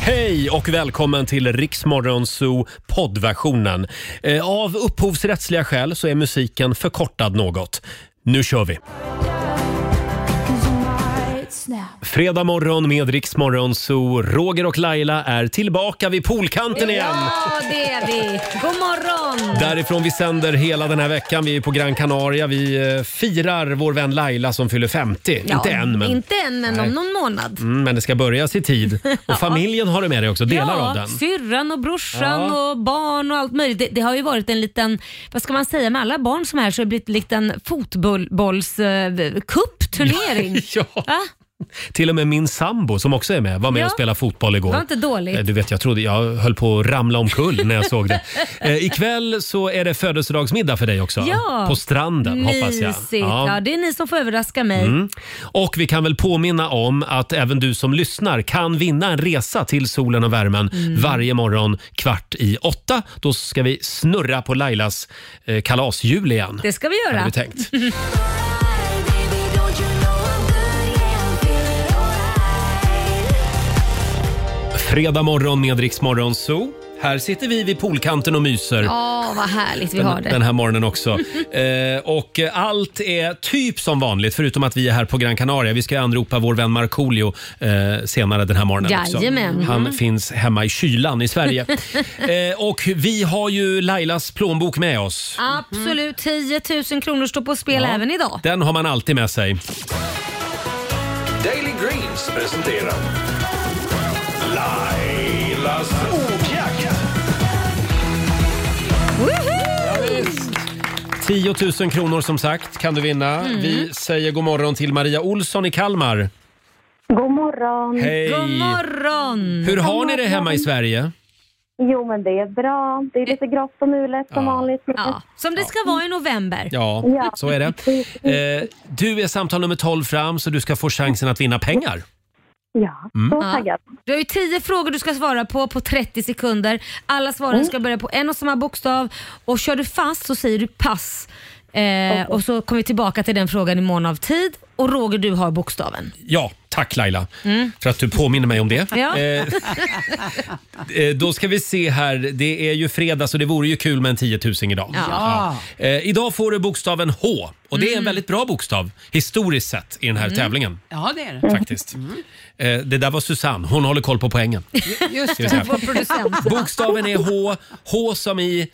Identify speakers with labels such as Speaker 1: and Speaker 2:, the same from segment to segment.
Speaker 1: Hej och välkommen till Riksmorgon Zoo poddversionen. Eh, Av upphovsrättsliga skäl så är musiken förkortad något. Nu kör vi! Fredag morgon med Riksmorgon Zoo. Roger och Laila är tillbaka vid poolkanten igen.
Speaker 2: Ja, det är vi. God morgon!
Speaker 1: Därifrån vi sänder hela den här veckan. Vi är på Gran Canaria. Vi eh, firar vår vän Laila som fyller 50.
Speaker 2: Ja,
Speaker 1: inte än, men...
Speaker 2: Inte än, men
Speaker 1: Nej.
Speaker 2: om någon månad.
Speaker 1: Mm, men det ska börjas i tid. Och familjen har du med dig också, delar
Speaker 2: ja,
Speaker 1: av den.
Speaker 2: syrran och brorsan
Speaker 1: Ja.
Speaker 2: och barn och allt möjligt. Det, det har ju varit en liten, vad ska man säga, med alla barn som är här så har det blivit en liten fotbollscup, turnering.
Speaker 1: Ja.
Speaker 2: Va?
Speaker 1: Till och med min sambo som också är med var med
Speaker 2: Ja.
Speaker 1: och spelade fotboll igår.
Speaker 2: Var inte dåligt.
Speaker 1: Eh, Du vet, jag trodde jag höll på att ramla omkull när jag såg det. Eh, ikväll så är det födelsedagsmiddag för dig också.
Speaker 2: Ja.
Speaker 1: På stranden hoppas jag.
Speaker 2: Mysigt. Ja. det är ni som får överraska mig.
Speaker 1: Mm. Och vi kan väl påminna om att även du som lyssnar kan vinna en resa till solen och värmen
Speaker 2: Mm.
Speaker 1: varje morgon kvart i åtta. Då ska vi snurra på Lailas eh, kalasjul igen.
Speaker 2: Det ska vi göra.
Speaker 1: Hade vi tänkt. Fredag morgon med Rix Morgon Zoo. Här sitter vi vid poolkanten och myser.
Speaker 2: Ja, vad härligt vi har
Speaker 1: Den,
Speaker 2: det.
Speaker 1: den här morgonen också. eh, och eh, allt är typ som vanligt förutom att vi är här på Gran Canaria. Vi ska anropa vår vän Markoolio eh, senare den här morgonen
Speaker 2: Jajamän. Mm.
Speaker 1: också. Han finns hemma i kylan i Sverige. eh, och vi har ju Lailas plånbok med oss. Mm.
Speaker 2: Absolut, 10 000 kronor står på spel även idag.
Speaker 1: Den har man alltid med sig.
Speaker 3: Daily Greens presenterar Lailas ordjakt.
Speaker 1: 10 000 kronor som sagt kan du vinna.
Speaker 2: Mm.
Speaker 1: Vi säger god morgon till Maria Olsson i Kalmar.
Speaker 4: God morgon.
Speaker 1: Hej!
Speaker 2: God morgon!
Speaker 1: Hur har ni det hemma i Sverige?
Speaker 4: Jo, men det är bra. Det är lite grått och mulet som
Speaker 1: Ja.
Speaker 4: vanligt.
Speaker 2: Ja, som det ska vara i november.
Speaker 1: Ja,
Speaker 4: Ja.
Speaker 1: så är det. Eh, du är samtal nummer 12 fram så du ska få chansen att vinna pengar.
Speaker 4: Ja,
Speaker 1: Mm.
Speaker 4: så
Speaker 2: Ja.
Speaker 4: taggad.
Speaker 2: Du har ju 10 frågor du ska svara på på 30 sekunder. Alla svaren
Speaker 4: Mm.
Speaker 2: ska börja på en och samma bokstav och kör du fast så säger du pass. Eh, Och så kommer vi tillbaka till den frågan i mån av tid och Roger du har bokstaven.
Speaker 1: Ja, tack Laila för att du påminner mig om det.
Speaker 2: Mm. Ja.
Speaker 1: Eh, eh, då ska vi se här. Det är ju fredag så det vore ju kul med en 10 000 idag.
Speaker 5: Ja.
Speaker 1: Ja. Eh, idag får du bokstaven H och det är
Speaker 2: Mm.
Speaker 1: en väldigt bra bokstav historiskt sett i den här tävlingen.
Speaker 5: Ja, det är det.
Speaker 1: Faktiskt. Eh, det där var Susanne. Hon håller koll på poängen.
Speaker 5: Just
Speaker 1: Ska vi
Speaker 5: det.
Speaker 1: säga.
Speaker 2: Vår producent.
Speaker 1: Bokstaven är H. H som i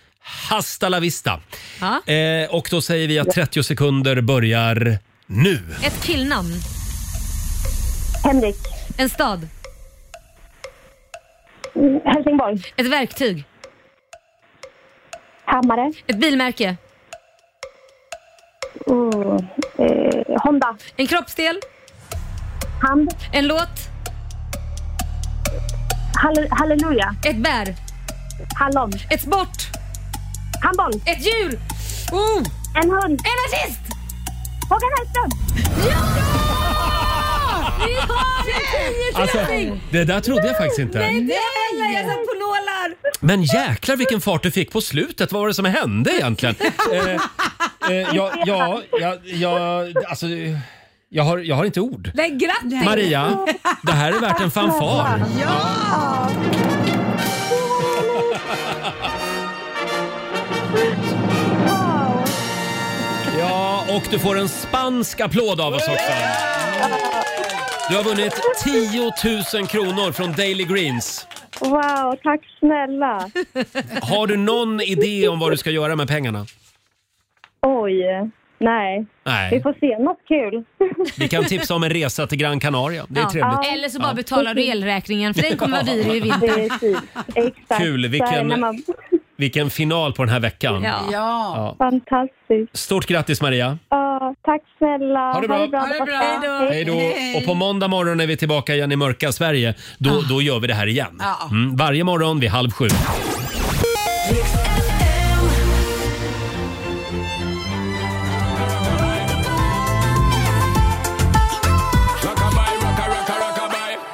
Speaker 1: hasta la vista.
Speaker 2: Ja.
Speaker 1: Eh, och då säger vi att 30 sekunder börjar nu.
Speaker 2: Ett killnamn.
Speaker 4: Henrik.
Speaker 2: En stad.
Speaker 4: Mm, Helsingborg.
Speaker 2: Ett verktyg.
Speaker 4: Hammare.
Speaker 2: Ett bilmärke.
Speaker 4: Mm. Eh, Honda.
Speaker 2: En kroppsdel.
Speaker 4: Hand.
Speaker 2: En låt.
Speaker 4: Hall- halleluja.
Speaker 2: Ett bär.
Speaker 4: Hallon.
Speaker 2: Ett sport.
Speaker 4: Handboll.
Speaker 2: Ett djur. Oh,
Speaker 4: En hund.
Speaker 2: en artist!
Speaker 4: Håkan Hellström.
Speaker 2: Vi har det!
Speaker 1: Alltså, det där trodde jag faktiskt inte.
Speaker 2: Nej! Jag satt på nålar.
Speaker 1: Men jäklar vilken fart du fick på slutet. Vad var det som hände egentligen? Eh, eh, ja, ja, ja, ja, alltså, jag, har, jag har inte ord.
Speaker 2: Nej, grattis!
Speaker 1: Maria, det här är värt en fanfar.
Speaker 4: Wow.
Speaker 1: Ja, och du får en spansk applåd av oss också. Du har vunnit 10 000 kronor från Daily Greens.
Speaker 4: wow, tack snälla.
Speaker 1: Har du någon idé om vad du ska göra med pengarna?
Speaker 4: Oj. Nej, vi
Speaker 1: Nej,
Speaker 4: får se något kul.
Speaker 1: vi kan tipsa om en resa till Gran Canaria. Det är
Speaker 2: Ja.
Speaker 1: trevligt.
Speaker 2: Eller så bara betalar du elräkningen för den kommer vara dyr i vinter.
Speaker 4: Precis. Exakt.
Speaker 1: Kul,
Speaker 4: Så är
Speaker 1: vilken-
Speaker 4: när man...
Speaker 1: Vilken final på den här veckan.
Speaker 2: Ja.
Speaker 5: Ja.
Speaker 4: Fantastiskt.
Speaker 1: Stort grattis Maria.
Speaker 4: Ja, tack snälla.
Speaker 1: Ha det bra.
Speaker 5: Ha det
Speaker 4: där borta.
Speaker 5: bra. Hej då.
Speaker 1: Hej då.
Speaker 5: Hej. Ah.
Speaker 1: Och på måndag morgon är vi tillbaka igen i mörka Sverige. Då, då gör vi det här igen.
Speaker 5: Ja.
Speaker 1: Mm, varje morgon vid halv sju.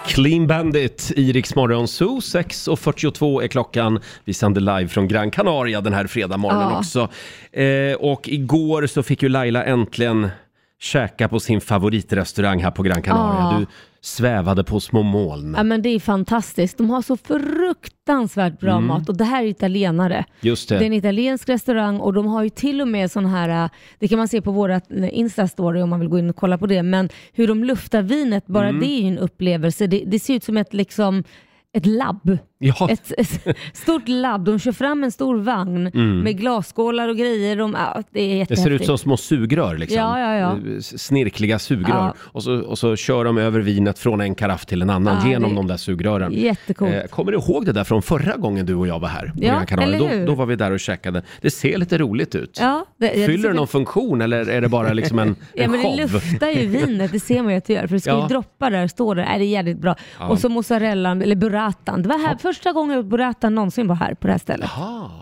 Speaker 1: Clean Bandit, Iriks morgon zoo. 6.42 är klockan. Vi sänder live från Gran
Speaker 5: Ah.
Speaker 1: Canaria den här fredag morgonen
Speaker 2: Ja.
Speaker 1: också. Eh, och igår så fick ju Laila äntligen käka på sin favoritrestaurang här på Gran Canaria.
Speaker 2: Ja.
Speaker 1: Du svävade på små moln.
Speaker 2: Ja, men det är fantastiskt. De har så fruktansvärt bra mat och det här är italienare.
Speaker 1: Mm. Just
Speaker 2: Det är en
Speaker 1: det.
Speaker 2: italiensk restaurang och de har ju till och med sån här, äh, det kan man se på våra Insta-story om man vill gå in och kolla på det, men hur de luftar vinet, bara
Speaker 1: Mm.
Speaker 2: det är ju en upplevelse. Det, det ser ut som ett, liksom, ett labb.
Speaker 1: Ja,
Speaker 2: Ett, ett stort labb. De kör fram en stor vagn med glasskålar och grejer. De, ja, det är
Speaker 1: Mm. det
Speaker 2: jättehäftigt.
Speaker 1: ser ut som små sugrör liksom.
Speaker 2: Ja, ja, ja.
Speaker 1: Eh, Snirkliga sugrör.
Speaker 2: Ja.
Speaker 1: Och, så, och så kör de över vinet från en karaff till en annan
Speaker 2: Ja,
Speaker 1: genom
Speaker 2: det-
Speaker 1: de där sugrören.
Speaker 2: Jättecoolt.
Speaker 1: Eh, Kommer du ihåg det där från förra gången du och jag var här på
Speaker 2: Ja,
Speaker 1: Gran Canaria?
Speaker 2: eller
Speaker 1: Då,
Speaker 2: hur?
Speaker 1: då var vi där och käkade. Det ser lite roligt ut.
Speaker 2: Ja, det- det
Speaker 1: Fyller
Speaker 2: ser-
Speaker 1: det någon funktion eller är det bara liksom en, en
Speaker 2: Ja men det
Speaker 1: show?
Speaker 2: luftar ju vinet, det ser man ju att det gör. För det ska
Speaker 1: Ja.
Speaker 2: ju droppa där, stå där. Nej, det är jävligt bra. Och så mozzarellan, eller burratan. Det var här, första gången jag åt burratan någonsin var här på det här stället.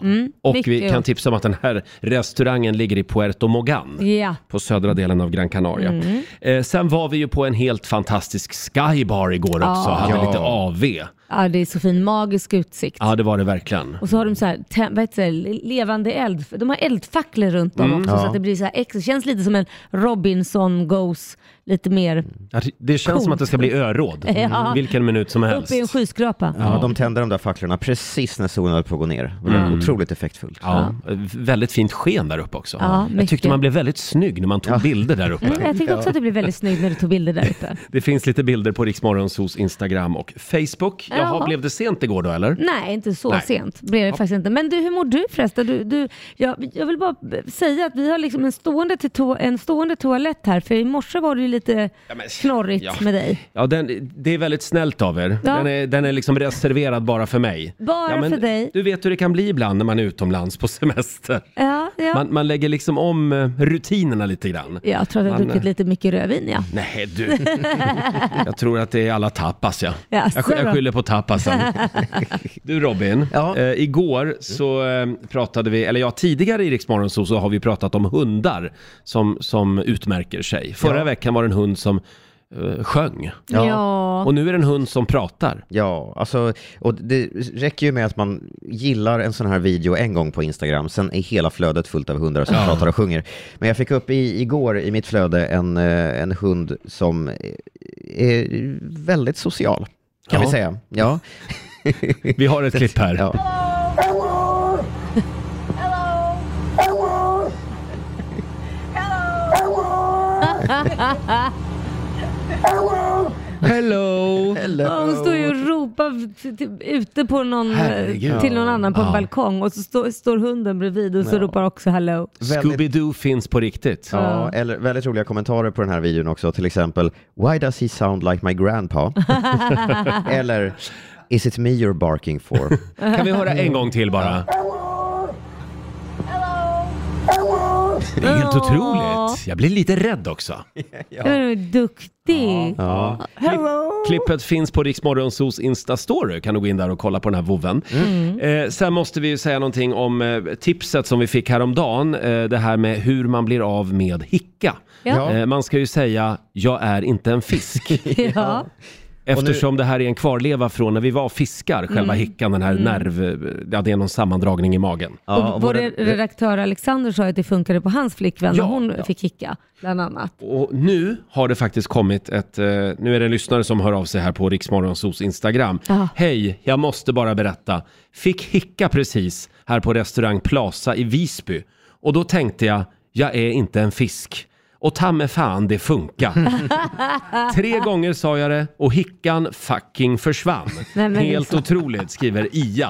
Speaker 2: Mm,
Speaker 1: Ah. Och vi
Speaker 2: mycket
Speaker 1: kan
Speaker 2: gott.
Speaker 1: tipsa om att den här restaurangen ligger i Puerto Mogan.
Speaker 2: Ja.
Speaker 1: På södra delen av Gran Canaria.
Speaker 2: Mm.
Speaker 1: Eh, sen var vi ju på en helt fantastisk skybar igår också.
Speaker 2: Ja.
Speaker 1: Hade
Speaker 5: Ja.
Speaker 1: lite AV.
Speaker 2: ja, det är så fin magisk utsikt.
Speaker 1: Ja, det var det verkligen.
Speaker 2: Och så har de så här, te- vad heter det, levande eld. De har eldfacklor runt
Speaker 1: Mm.
Speaker 2: om också, så att det blir så här extra. känns lite som en Robinson Goes, lite mer
Speaker 1: Ja, Det känns som
Speaker 2: Coolt.
Speaker 1: att det ska bli öråd.
Speaker 2: Ja.
Speaker 1: Vilken minut som helst.
Speaker 2: upp i en skyskrapa.
Speaker 5: Ja, de tände de där facklorna precis när solen höll på att gå ner. Det var otroligt effektfullt.
Speaker 1: Mm. Ja, väldigt fint sken där uppe också.
Speaker 2: Ja,
Speaker 1: jag
Speaker 2: mycket.
Speaker 1: tyckte man blev väldigt snygg när man tog bilder där uppe.
Speaker 2: Mm, jag tyckte också att det blev väldigt snyggt när du tog bilder där uppe.
Speaker 1: Det finns lite bilder på Riksmorgonsos Instagram och Facebook. Jaha,
Speaker 2: Ja.
Speaker 1: blev det sent igår då eller?
Speaker 2: Nej, inte så
Speaker 1: Nej.
Speaker 2: sent blev det faktiskt inte. Men du, hur mår du förresten? Du, du, jag, jag vill bara b- säga att vi har liksom en stående, till to- en stående toalett här, för i morse var det ju lite
Speaker 1: men-
Speaker 2: knorrigt
Speaker 1: ja.
Speaker 2: med dig.
Speaker 1: Ja, den, det är väldigt snällt av er.
Speaker 2: Ja.
Speaker 1: Den, är, den är liksom reserverad bara för mig.
Speaker 2: Bara
Speaker 1: ja, men
Speaker 2: för dig.
Speaker 1: Du vet hur det kan bli ibland när man är utomlands på semester.
Speaker 2: Ja, ja.
Speaker 1: Man, man lägger liksom om eh, rutinerna lite grann.
Speaker 2: jag tror att jag har
Speaker 1: Man- eh,
Speaker 2: druckit lite mycket rödvin ja.
Speaker 1: Nej du, jag tror att det är alla tapas ja.
Speaker 2: Ja,
Speaker 1: jag, sk-
Speaker 2: så
Speaker 1: jag
Speaker 2: då.
Speaker 1: skyller på tapasen. Du Robin,
Speaker 5: Ja.
Speaker 1: eh, igår så eh, pratade vi, eller ja tidigare i Riksmorgon så, så har vi pratat om hundar som, som utmärker sig. Förra
Speaker 5: Ja.
Speaker 1: veckan var det en hund som eh, sjöng.
Speaker 5: Ja.
Speaker 2: Ja.
Speaker 1: Och nu är det en hund som pratar.
Speaker 5: Ja, alltså, och det räcker ju med att man gillar en sån här video en gång på Instagram, sen är hela flödet fullt av hundar som pratar och sjunger. Men jag fick upp i, igår i mitt flöde en, eh, en hund som eh, är väldigt social, kan
Speaker 1: Ja.
Speaker 5: vi säga. Ja.
Speaker 1: Vi har ett klipp här.
Speaker 5: Ja.
Speaker 1: Hello!
Speaker 2: Ja, hon står ju och ropar t- t- ute på någon, eh,
Speaker 1: Herregud.
Speaker 2: till någon annan på en
Speaker 1: Ja.
Speaker 2: balkong och så står- står hunden bredvid och så ropar också hello.
Speaker 5: Väldigt-
Speaker 1: Scooby-Doo finns på riktigt.
Speaker 5: Ja, eller väldigt roliga kommentarer på den här videon också, till exempel “Why does he sound like my grandpa?” eller “Is it me you're barking for?”
Speaker 1: Kan vi höra en gång till bara? Det är helt otroligt. Jag blir lite rädd också.
Speaker 2: Ja. Hon är duktig.
Speaker 5: Ja.
Speaker 1: Klippet finns på Riksmorgonsos Insta-story. Kan du gå in där och kolla på den här vovven.
Speaker 2: Mm.
Speaker 1: Eh, sen måste vi ju säga någonting om eh, tipset som vi fick häromdagen. Eh, det här med hur man blir av med hicka.
Speaker 2: Ja.
Speaker 1: Eh, man ska ju säga, jag är inte en fisk.
Speaker 2: Ja.
Speaker 1: Eftersom det här är en kvarleva från när vi var fiskar, själva
Speaker 2: Mm.
Speaker 1: hickan, den här nerv... eh, Ja, det är någon sammandragning i magen.
Speaker 5: Ja,
Speaker 2: och
Speaker 5: vår-
Speaker 2: vår redaktör Alexander sa ju att det funkade på hans flickvän
Speaker 1: Ja,
Speaker 2: när hon
Speaker 1: ja.
Speaker 2: fick hicka bland annat.
Speaker 1: Och nu har det faktiskt kommit ett, eh, nu är det en lyssnare som hör av sig här på Riksmorgonsos Instagram.
Speaker 2: Ja.
Speaker 1: Hej, jag måste bara berätta. Fick hicka precis här på restaurang Plaza i Visby. Och då tänkte jag, jag är inte en fisk. Och ta med fan det funka. Tre gånger sa jag det och hickan fucking försvann.
Speaker 2: Nej, men
Speaker 1: Helt
Speaker 2: alltså.
Speaker 1: otroligt, skriver Ia.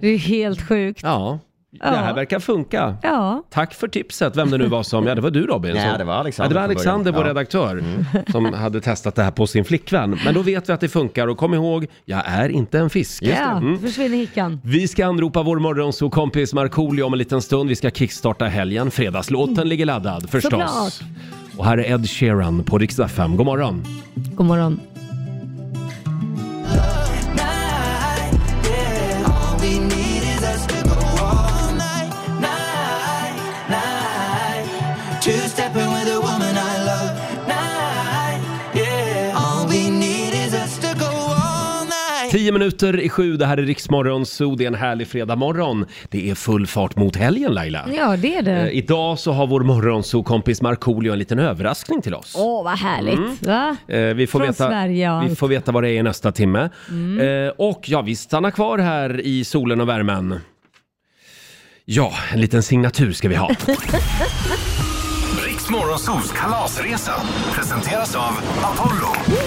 Speaker 2: Det är helt sjukt.
Speaker 1: Ja, det här
Speaker 2: Ja.
Speaker 1: verkar funka.
Speaker 2: Ja.
Speaker 1: Tack för tipset, vem det nu var som, ja det var du Robin.
Speaker 5: Nej,
Speaker 1: som,
Speaker 5: det var Alexander
Speaker 1: Ja, det var
Speaker 5: från
Speaker 1: Alexander, vår
Speaker 5: början. Ja. Mm.
Speaker 1: redaktör, som hade testat det här på sin flickvän. Men då vet vi att det funkar och kom ihåg, jag är inte en fisk. Mm.
Speaker 2: Ja, då försvinner hickan.
Speaker 1: Vi ska anropa vår morgonsokompis Markoolio om en liten stund. Vi ska kickstarta helgen. Fredagslåten ligger laddad förstås.
Speaker 2: Såklart.
Speaker 1: Och här är Ed Sheeran på riksdag 5. God morgon.
Speaker 2: God morgon.
Speaker 1: Tio minuter i sju, det här är Riksmorgon Zoo. Det är en härlig fredagmorgon. Det är full fart mot helgen Laila.
Speaker 2: Ja, det är
Speaker 1: Eh,
Speaker 2: det.
Speaker 1: Idag så har vår morgonzoo-kompis Markoolio en liten överraskning till oss.
Speaker 2: Åh, vad härligt. Va?
Speaker 1: Eh, vi, får
Speaker 2: Från
Speaker 1: veta,
Speaker 2: Sverige och
Speaker 1: vi
Speaker 2: allt. Mm.
Speaker 1: får veta vad det är i nästa timme. Eh, och ja, vi stannar kvar här i solen och värmen. Ja, en liten signatur ska vi ha.
Speaker 3: Riks Morgonzoos kalasresa presenteras av Apollo.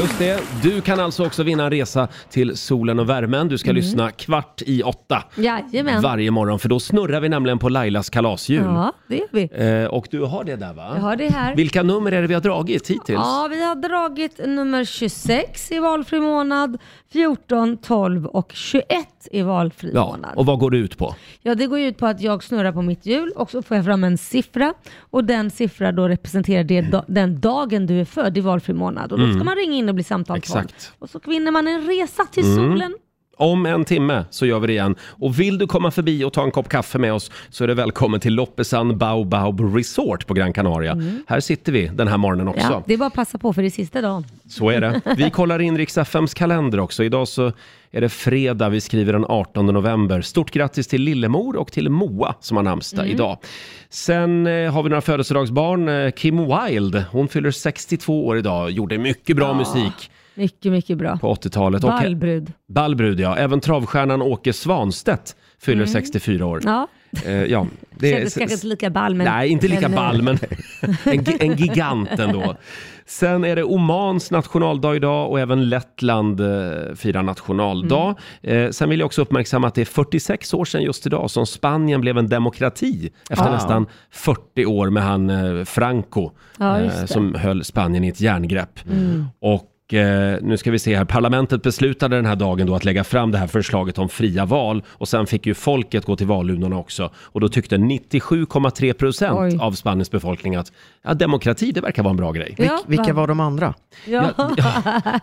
Speaker 1: Just det. Du kan alltså också vinna en resa till solen och värmen. Du ska
Speaker 2: Mm.
Speaker 1: lyssna kvart i åtta
Speaker 2: Jajamän.
Speaker 1: varje morgon för då snurrar vi nämligen på Lailas kalasjul.
Speaker 2: Ja, det gör vi.
Speaker 1: Eh, och du har det där va?
Speaker 2: Jag har det här.
Speaker 1: Vilka nummer är det vi har dragit hittills?
Speaker 2: Ja, vi har dragit nummer 26 i valfri månad, 14, 12 och 21 i valfri
Speaker 1: Ja,
Speaker 2: månad.
Speaker 1: och vad går det ut på?
Speaker 2: Ja, det går ju ut på att jag snurrar på mitt hjul och så får jag fram en siffra och den siffran då representerar det da- den dagen du är född i valfri månad. Och då ska man ringa in och bli samtalsvan.
Speaker 1: Mm. Exakt. Mm.
Speaker 2: Och så vinner man en resa till solen.
Speaker 1: Om en timme så gör vi det igen. Och vill du komma förbi och ta en kopp kaffe med oss så är du välkommen till Loppesan Baobab Resort på Gran Canaria. Här sitter vi den här morgonen också.
Speaker 2: Mm. Ja, det är bara att passa på för det är sista dagen.
Speaker 1: Så är det. Vi kollar in Rix FMs kalender också. Idag så är det fredag, vi skriver den 18 november. Stort grattis till Lillemor och till Moa som har namnsdag
Speaker 2: Mm.
Speaker 1: idag. Sen eh, har vi några födelsedagsbarn. Eh, Kim Wilde, hon fyller 62 år idag. Gjorde mycket bra musik
Speaker 2: Mycket, mycket bra.
Speaker 1: på 80-talet. Och-
Speaker 2: Ballbrud.
Speaker 1: Ballbrud ja. Även travstjärnan Åke Svanstedt fyller 64 år.
Speaker 2: Mm. Ja,
Speaker 1: Eh, ja.
Speaker 2: det
Speaker 1: Det är-
Speaker 2: kändes kanske inte lika ball men...
Speaker 1: Nej, inte lika
Speaker 2: men, eh,
Speaker 1: ball, men en, gi- en gigant ändå. Sen är det Omans nationaldag idag och även Lettland eh, firar nationaldag.
Speaker 2: Mm.
Speaker 1: Eh, sen vill jag också uppmärksamma att det är 46 år sedan just idag som Spanien blev en demokrati efter
Speaker 5: Ah.
Speaker 1: nästan 40 år med han eh, Franco
Speaker 2: Ja,
Speaker 1: eh,
Speaker 2: just det.
Speaker 1: som höll Spanien i ett järngrepp.
Speaker 2: Mm.
Speaker 1: Och eh, nu ska vi se här, parlamentet beslutade den här dagen då att lägga fram det här förslaget om fria val och sen fick ju folket gå till valurnorna också och då tyckte 97,3
Speaker 2: Oj.
Speaker 1: procent av Spaniens befolkning att ja, demokrati det verkar vara en bra grej.
Speaker 2: Ja,
Speaker 5: Vilka
Speaker 2: va-
Speaker 5: var de andra?
Speaker 2: Ja.
Speaker 1: Ja, ja,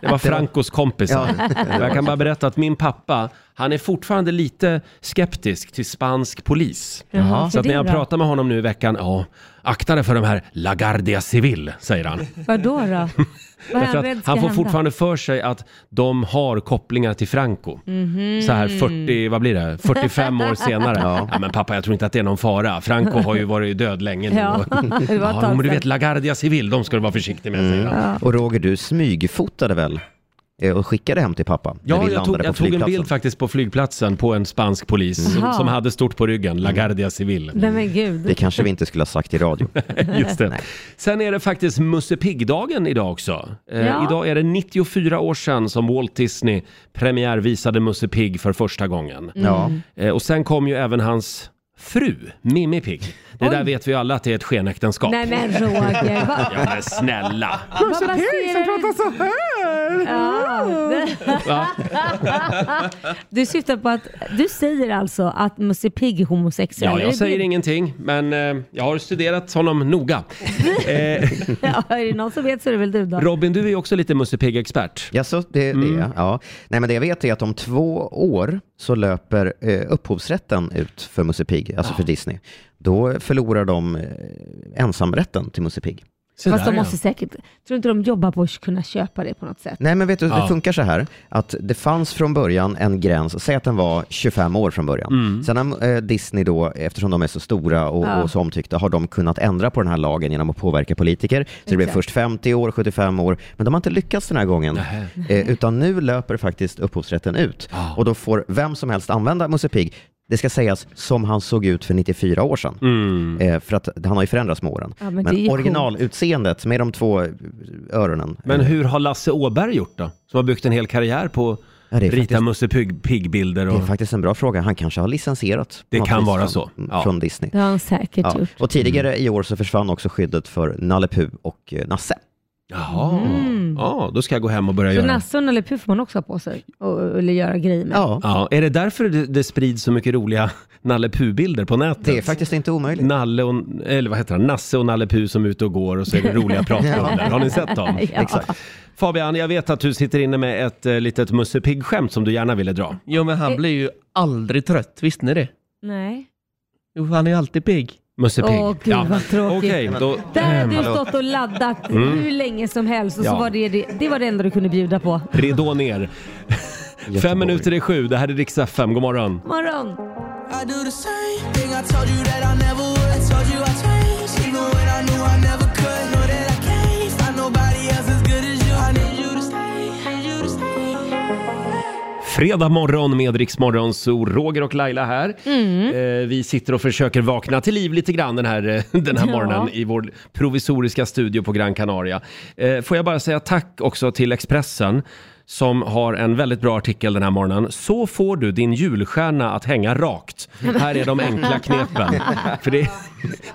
Speaker 1: det var Francos kompisar. Jag kan bara berätta att min pappa, han är fortfarande lite skeptisk till spansk polis.
Speaker 2: Jaha.
Speaker 1: Så att när jag
Speaker 2: Det är bra.
Speaker 1: pratar med honom nu i veckan, ja, akta dig för de här La Guardia Civil, säger han.
Speaker 2: Vadå då? Vad är
Speaker 1: Därför
Speaker 2: han
Speaker 1: att
Speaker 2: rädd ska
Speaker 1: han får
Speaker 2: hända?
Speaker 1: fortfarande för sig att de har kopplingar till Franco.
Speaker 2: Mhm. Mm.
Speaker 1: Så här 40, vad blir det, 45 år senare. ja.
Speaker 5: Ja.
Speaker 1: men pappa jag tror inte att det är någon fara. Franco har ju varit död länge nu.
Speaker 2: Ja, det var ett
Speaker 1: ja, men du
Speaker 2: tag sedan. Mm.
Speaker 1: vet LaGuardia Civil, de ska du vara försiktig med säger han.
Speaker 5: Och Roger, du smygfotade väl? Eh, Och skickade hem till pappa? när
Speaker 1: Ja,
Speaker 5: vi
Speaker 1: jag
Speaker 5: landade
Speaker 1: tog, jag
Speaker 5: på
Speaker 1: tog en
Speaker 5: flygplatsen.
Speaker 1: bild faktiskt på flygplatsen på en spansk polis som,
Speaker 2: Jaha.
Speaker 1: som hade stort på ryggen,
Speaker 5: Mm.
Speaker 1: LaGuardia Civil.
Speaker 2: Nej men gud.
Speaker 5: Det kanske vi inte skulle ha sagt i radio.
Speaker 1: Just det. Sen är det faktiskt Musse Pigg-dagen idag också. Eh,
Speaker 2: Ja.
Speaker 1: Idag är det 94 år sedan som Walt Disney premiärvisade Musse Pigg för första gången.
Speaker 5: Mm. Ja.
Speaker 1: Eh, och sen kom ju även hans fru, Mimmi Pigg. Det där vet vi ju alla att det är ett skenäktenskap.
Speaker 2: Nej men Roger, vad,
Speaker 1: Ja, men snälla!
Speaker 2: vad baserar du...
Speaker 5: så här!
Speaker 2: Ja, det-
Speaker 1: Va?
Speaker 2: du syftar på att, du säger alltså att Musse Pigg är homosexuell?
Speaker 1: Ja,
Speaker 2: Är det-
Speaker 1: jag säger ingenting, men eh, jag har studerat honom noga. Eh,
Speaker 2: Ja, är det någon som vet så är det väl du då?
Speaker 1: Robin, du är ju också lite Musse Pigg-expert.
Speaker 5: Jaså, det är
Speaker 1: Mm.
Speaker 5: det? Ja. Nej, men det jag vet är att om två år så löper eh, upphovsrätten ut för Musse Pigg, alltså för Disney. Då förlorar de eh, ensamrätten till Musse Pigg.
Speaker 1: Se
Speaker 2: Fast
Speaker 1: där,
Speaker 2: de
Speaker 1: ja.
Speaker 2: måste säkert, tror inte de jobbar på att kunna köpa det på något sätt?
Speaker 5: Nej, men vet du,
Speaker 1: Ja.
Speaker 5: det funkar så här att det fanns från början en gräns, säg att den var 25 år från början.
Speaker 1: Mm.
Speaker 5: Sen har eh, Disney då, eftersom de är så stora och,
Speaker 2: Ja.
Speaker 5: och så omtyckta, har de kunnat ändra på den här lagen genom att påverka politiker. Så det blev
Speaker 2: Exakt.
Speaker 5: först 50 år, 75 år, men de har inte lyckats den här gången. Eh, utan nu löper faktiskt upphovsrätten ut
Speaker 1: Ja.
Speaker 5: och då får vem som helst använda Musse Pigg. Det ska sägas som han såg ut för 94 år sedan,
Speaker 1: Mm.
Speaker 5: eh, för att han har ju förändrats med åren.
Speaker 2: Ja, men
Speaker 5: men
Speaker 2: det är ju coolt.
Speaker 5: originalutseendet med de två eh, öronen,
Speaker 1: Men hur har Lasse Åberg gjort då? Som har byggt en hel karriär på
Speaker 5: Ja,
Speaker 1: att
Speaker 5: det är
Speaker 1: rita
Speaker 5: faktiskt-
Speaker 1: Musse Pigg- Pigg-bilder och...
Speaker 5: Det är faktiskt en bra fråga. Han kanske har licensierat.
Speaker 1: Det
Speaker 5: på något
Speaker 1: kan
Speaker 5: vis
Speaker 1: vara
Speaker 5: från,
Speaker 1: så. Ja.
Speaker 5: Från Disney.
Speaker 2: Det har han säkert
Speaker 5: Ja.
Speaker 2: gjort.
Speaker 5: Och
Speaker 1: Mm.
Speaker 5: tidigare i år så försvann också skyddet för Nalle Puh och eh, Nasse.
Speaker 1: Jaha, ja, då ska jag gå hem och börja
Speaker 2: Mm. Så
Speaker 1: göra.
Speaker 2: Nasson eller Puff får man också ha på sig och, och, eller göra grejer med.
Speaker 5: Ja,
Speaker 1: Ja, är det därför det, det sprids så mycket roliga Nalle Puh-bilder på nätet?
Speaker 5: det är faktiskt inte omöjligt.
Speaker 1: Nalle och, eller vad heter han, Nasse och Nalle Puh som är ute och går och så är det roliga pratstunder. Har ni sett dem?
Speaker 2: Ja.
Speaker 5: Exakt.
Speaker 1: Fabian, jag vet att du sitter inne med ett eh, litet Musse Pigg-skämt som du gärna ville dra.
Speaker 6: Jo men han blir ju aldrig trött, visste ni det?
Speaker 2: Nej.
Speaker 6: Jo han är ju alltid pigg.
Speaker 1: Musse Pigg.
Speaker 2: Åh, gud, vad tråkigt.
Speaker 1: Okej, då... Mm.
Speaker 2: Där har du
Speaker 5: Hallå.
Speaker 2: stått och laddat hur länge som helst och
Speaker 1: Ja.
Speaker 2: så var det, det, det var det enda du kunde bjuda på.
Speaker 1: Ridå ner. Fem minuter i sju, det här är riksdag 5, god morgon.
Speaker 2: Morgon!
Speaker 6: I do the same thing I told you that I never would. Told you I changed, even when I knew I never could. Know that I can't find nobody else as good as you. I need you to stay, need you to stay.
Speaker 1: Fredag morgon med Riksmorgon, så Roger och Laila här.
Speaker 2: Mm.
Speaker 1: Eh, vi sitter och försöker vakna till liv lite grann den här, eh, den här
Speaker 2: Ja.
Speaker 1: morgonen i vår provisoriska studio på Gran Canaria. Eh, får jag bara säga tack också till Expressen som har en väldigt bra artikel den här morgonen. Så får du din julstjärna att hänga rakt. Här är de enkla knepen. För det,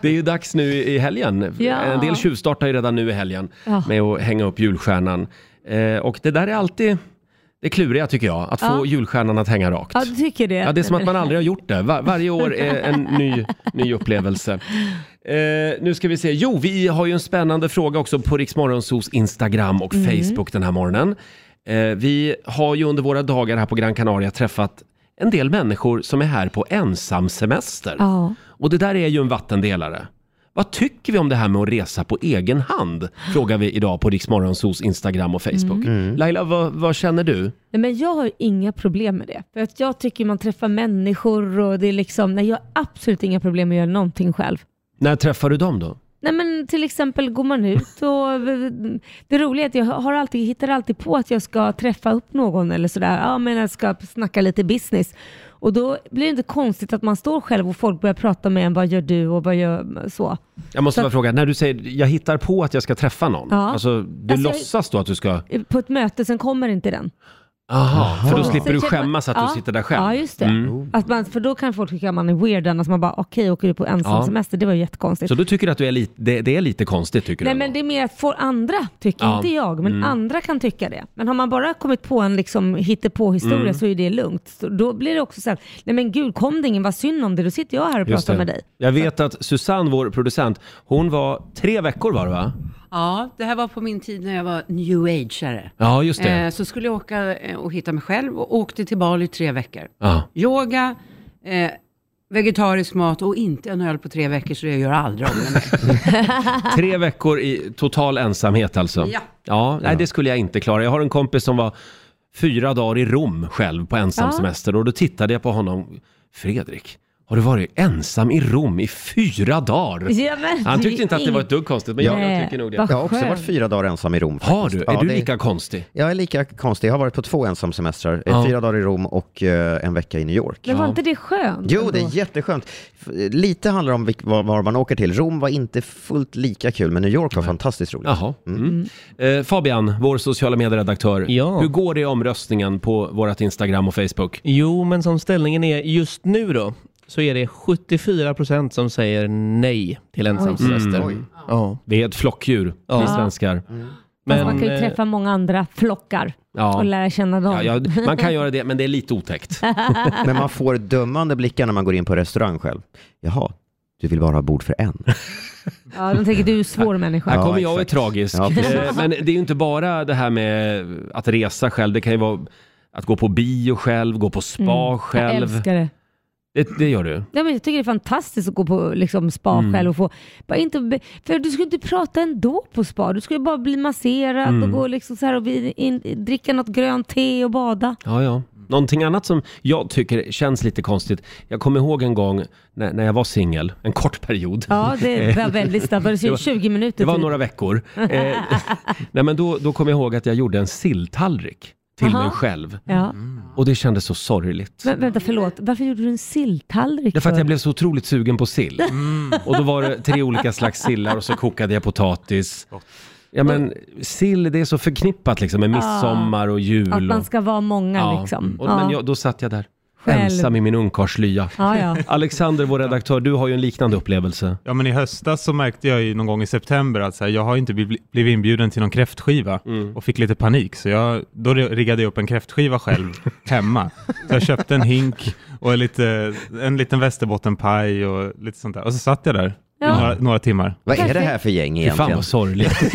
Speaker 1: det är ju dags nu i helgen.
Speaker 2: Ja.
Speaker 1: En del tjuvstartar ju redan nu i helgen
Speaker 2: Ja.
Speaker 1: med att hänga upp julstjärnan. Eh, och det där är alltid det kluriga tycker jag, att få
Speaker 2: Ja.
Speaker 1: julstjärnan att hänga rakt.
Speaker 2: Ja, du tycker det?
Speaker 1: Ja, det är som att man aldrig har gjort det. Var, varje år är en ny, ny upplevelse. Eh, nu ska vi se. Jo, vi har ju en spännande fråga också på Riksmorgonsos Instagram och
Speaker 2: Mm.
Speaker 1: Facebook den här morgonen. Eh, vi har ju under våra dagar här på Gran Canaria träffat en del människor som är här på ensamsemester.
Speaker 2: Ja.
Speaker 1: Och det där är ju en vattendelare. Vad tycker vi om det här med att resa på egen hand? Frågar vi idag på Riksmorgonsos Instagram och Facebook.
Speaker 2: Mm.
Speaker 1: Laila, vad, vad känner du?
Speaker 2: Nej, men jag har ju inga problem med det. För att jag tycker man träffar människor och det är liksom, nej jag har absolut inga problem med att göra någonting själv.
Speaker 1: När träffar du dem då?
Speaker 2: Nej men till exempel går man ut och det roliga är att jag har alltid, hittar alltid på att jag ska träffa upp någon eller sådär. Ja men jag ska snacka lite business. Och då blir det inte konstigt att man står själv och folk börjar prata med en, vad gör du och vad gör så.
Speaker 1: Jag måste
Speaker 2: Så-
Speaker 1: bara fråga, när du säger jag hittar på att jag ska träffa någon,
Speaker 2: Ja.
Speaker 1: alltså du
Speaker 2: Alltså, jag-
Speaker 1: låtsas då att du ska...
Speaker 2: På ett möte, sen kommer inte den.
Speaker 1: Aha, för då
Speaker 2: Ja.
Speaker 1: slipper
Speaker 2: Sen
Speaker 1: du
Speaker 2: känner man-
Speaker 1: skämmas att
Speaker 2: ja,
Speaker 1: du sitter där själv. Mm.
Speaker 2: Ja, just det. Oh. Att man, för då kan folk tycka att man är weird annars man bara okej, åker du på ensam
Speaker 1: Ja.
Speaker 2: semester? Det var ju jättekonstigt.
Speaker 1: Så du tycker att du är lite, det, det är lite konstigt tycker
Speaker 2: Nej
Speaker 1: du? ändå?
Speaker 2: men det är mer att få andra tycker,
Speaker 1: Ja. Mm.
Speaker 2: inte jag, men andra kan tycka det. Men har man bara kommit på en liksom, hittepå-historia
Speaker 1: Mm.
Speaker 2: så är det lugnt. Så då blir det också så här, nej men gud kom det ingen, vad synd om det, då sitter jag här och
Speaker 1: Just
Speaker 2: pratar
Speaker 1: det.
Speaker 2: med dig.
Speaker 1: Jag vet att Susanne, vår producent, hon var tre veckor var det va?
Speaker 7: Ja, det här var på min tid när jag var new ageare.
Speaker 1: Ja, just det.
Speaker 7: Eh, så skulle jag åka eh, och hitta mig själv och åkte till Bali tre veckor.
Speaker 1: Ja.
Speaker 7: Yoga, eh, vegetarisk mat och inte en öl på tre veckor så det gör jag aldrig om. det.
Speaker 1: Tre veckor i total ensamhet alltså?
Speaker 7: Ja.
Speaker 1: ja nej, det skulle jag inte klara. Jag har en kompis som var fyra dagar i Rom själv på ensamsemester och då tittade jag på honom. Fredrik, har du varit ensam i Rom i fyra dagar?
Speaker 2: Ja, men
Speaker 1: Han
Speaker 2: det
Speaker 1: tyckte
Speaker 2: är
Speaker 1: inte att det
Speaker 2: inget-
Speaker 1: var ett dugg konstigt, men jag, jag
Speaker 2: Nej,
Speaker 1: tycker nog det.
Speaker 2: vad
Speaker 5: Jag har också
Speaker 2: skönt.
Speaker 5: varit fyra dagar ensam i Rom.
Speaker 1: Har du?
Speaker 5: faktiskt.
Speaker 1: Är
Speaker 5: Ja,
Speaker 1: du
Speaker 5: det-
Speaker 1: lika konstig?
Speaker 5: Jag är lika konstig. Jag har varit på två ensamsemestrar.
Speaker 1: Ja.
Speaker 5: Ja. Fyra dagar i Rom och eh, en vecka i New York.
Speaker 2: Men var inte det skönt?
Speaker 5: Jo, det
Speaker 2: ändå?
Speaker 5: är jätteskönt. F- Lite handlar om vilk- var, var man åker till. Rom var inte fullt lika kul, men New York var fantastiskt roligt.
Speaker 1: Jaha. Mm. Eh, Fabian, vår sociala medieredaktör.
Speaker 8: Ja.
Speaker 1: Hur går det i omröstningen på vårt Instagram och Facebook?
Speaker 8: Jo, men som ställningen är Eh, just nu då, så är det 74% som säger nej till
Speaker 1: Mm.
Speaker 8: ensamsemester. Ja.
Speaker 1: Vi är ett flockdjur,
Speaker 8: Ja.
Speaker 1: vi svenskar.
Speaker 2: Mm. Fast man kan ju
Speaker 8: eh,
Speaker 2: träffa många andra flockar
Speaker 1: Ja.
Speaker 2: och lära känna dem.
Speaker 1: Ja, ja, man kan göra det, men det är lite otäckt.
Speaker 5: Men man får dömande blickar när man går in på restaurang själv. Jaha, du vill bara ha bord för en.
Speaker 2: Ja, de tänker du är svår människa.
Speaker 1: Här
Speaker 5: Ja,
Speaker 1: kommer jag och är
Speaker 5: exakt.
Speaker 1: tragisk.
Speaker 5: Ja, precis.
Speaker 1: Eh, Men det är ju inte bara det här med att resa själv. Det kan ju vara att gå på bio själv, gå på spa
Speaker 2: Mm. Jag
Speaker 1: själv.
Speaker 2: älskar det.
Speaker 1: Det, det gör du.
Speaker 2: Ja, men jag tycker det är fantastiskt att gå på liksom, spa
Speaker 1: Mm.
Speaker 2: själv och få, bara inte, be- för du skulle inte prata ändå på spa. Du skulle bara bli masserad
Speaker 1: Mm.
Speaker 2: och gå liksom så här och bli in, dricka något grönt te och bada.
Speaker 1: Ja, ja. Mm. Någonting annat som jag tycker känns lite konstigt. Jag kommer ihåg en gång när, när jag var singel, en kort period. Eh,
Speaker 2: Ja, det var väldigt snabbt. Det var 20 minuter
Speaker 1: Det var
Speaker 2: typ.
Speaker 1: några veckor. Eh, nej, men då, då kom jag ihåg att jag gjorde en silltallrik till
Speaker 2: Aha.
Speaker 1: mig själv.
Speaker 2: Ja.
Speaker 1: Och det kändes så sorgligt.
Speaker 2: Men, vänta, förlåt. Varför gjorde du en silltallrik?
Speaker 1: Därför att
Speaker 2: för?
Speaker 1: jag blev så otroligt sugen på sill.
Speaker 2: Mm.
Speaker 1: Och då var det tre olika slags sillar och så kokade jag potatis. Ja men sill det är så förknippat liksom med midsommar och jul.
Speaker 2: Att man
Speaker 1: och-
Speaker 2: ska vara många
Speaker 1: ja.
Speaker 2: liksom.
Speaker 1: Och,
Speaker 2: ja.
Speaker 1: men jag, då satt jag där
Speaker 2: Själv.
Speaker 1: ensam i min ungkarlslya.
Speaker 2: ja, ja.
Speaker 1: Alexander, vår redaktör, du har ju en liknande upplevelse.
Speaker 9: Ja, men i höstas så märkte jag ju någon gång i september att så här, jag har inte bli- blivit inbjuden till någon kräftskiva
Speaker 5: Mm.
Speaker 9: och fick lite panik. Så jag, då riggade jag upp en kräftskiva själv hemma. Så jag köpte en hink och lite, en liten västerbottenpaj och lite sånt där. Och så satt jag där
Speaker 2: Ja.
Speaker 9: några, några timmar.
Speaker 5: Vad är
Speaker 2: Kanske-
Speaker 5: det här för gäng
Speaker 1: Fy fan
Speaker 5: egentligen?
Speaker 1: vad sorgligt.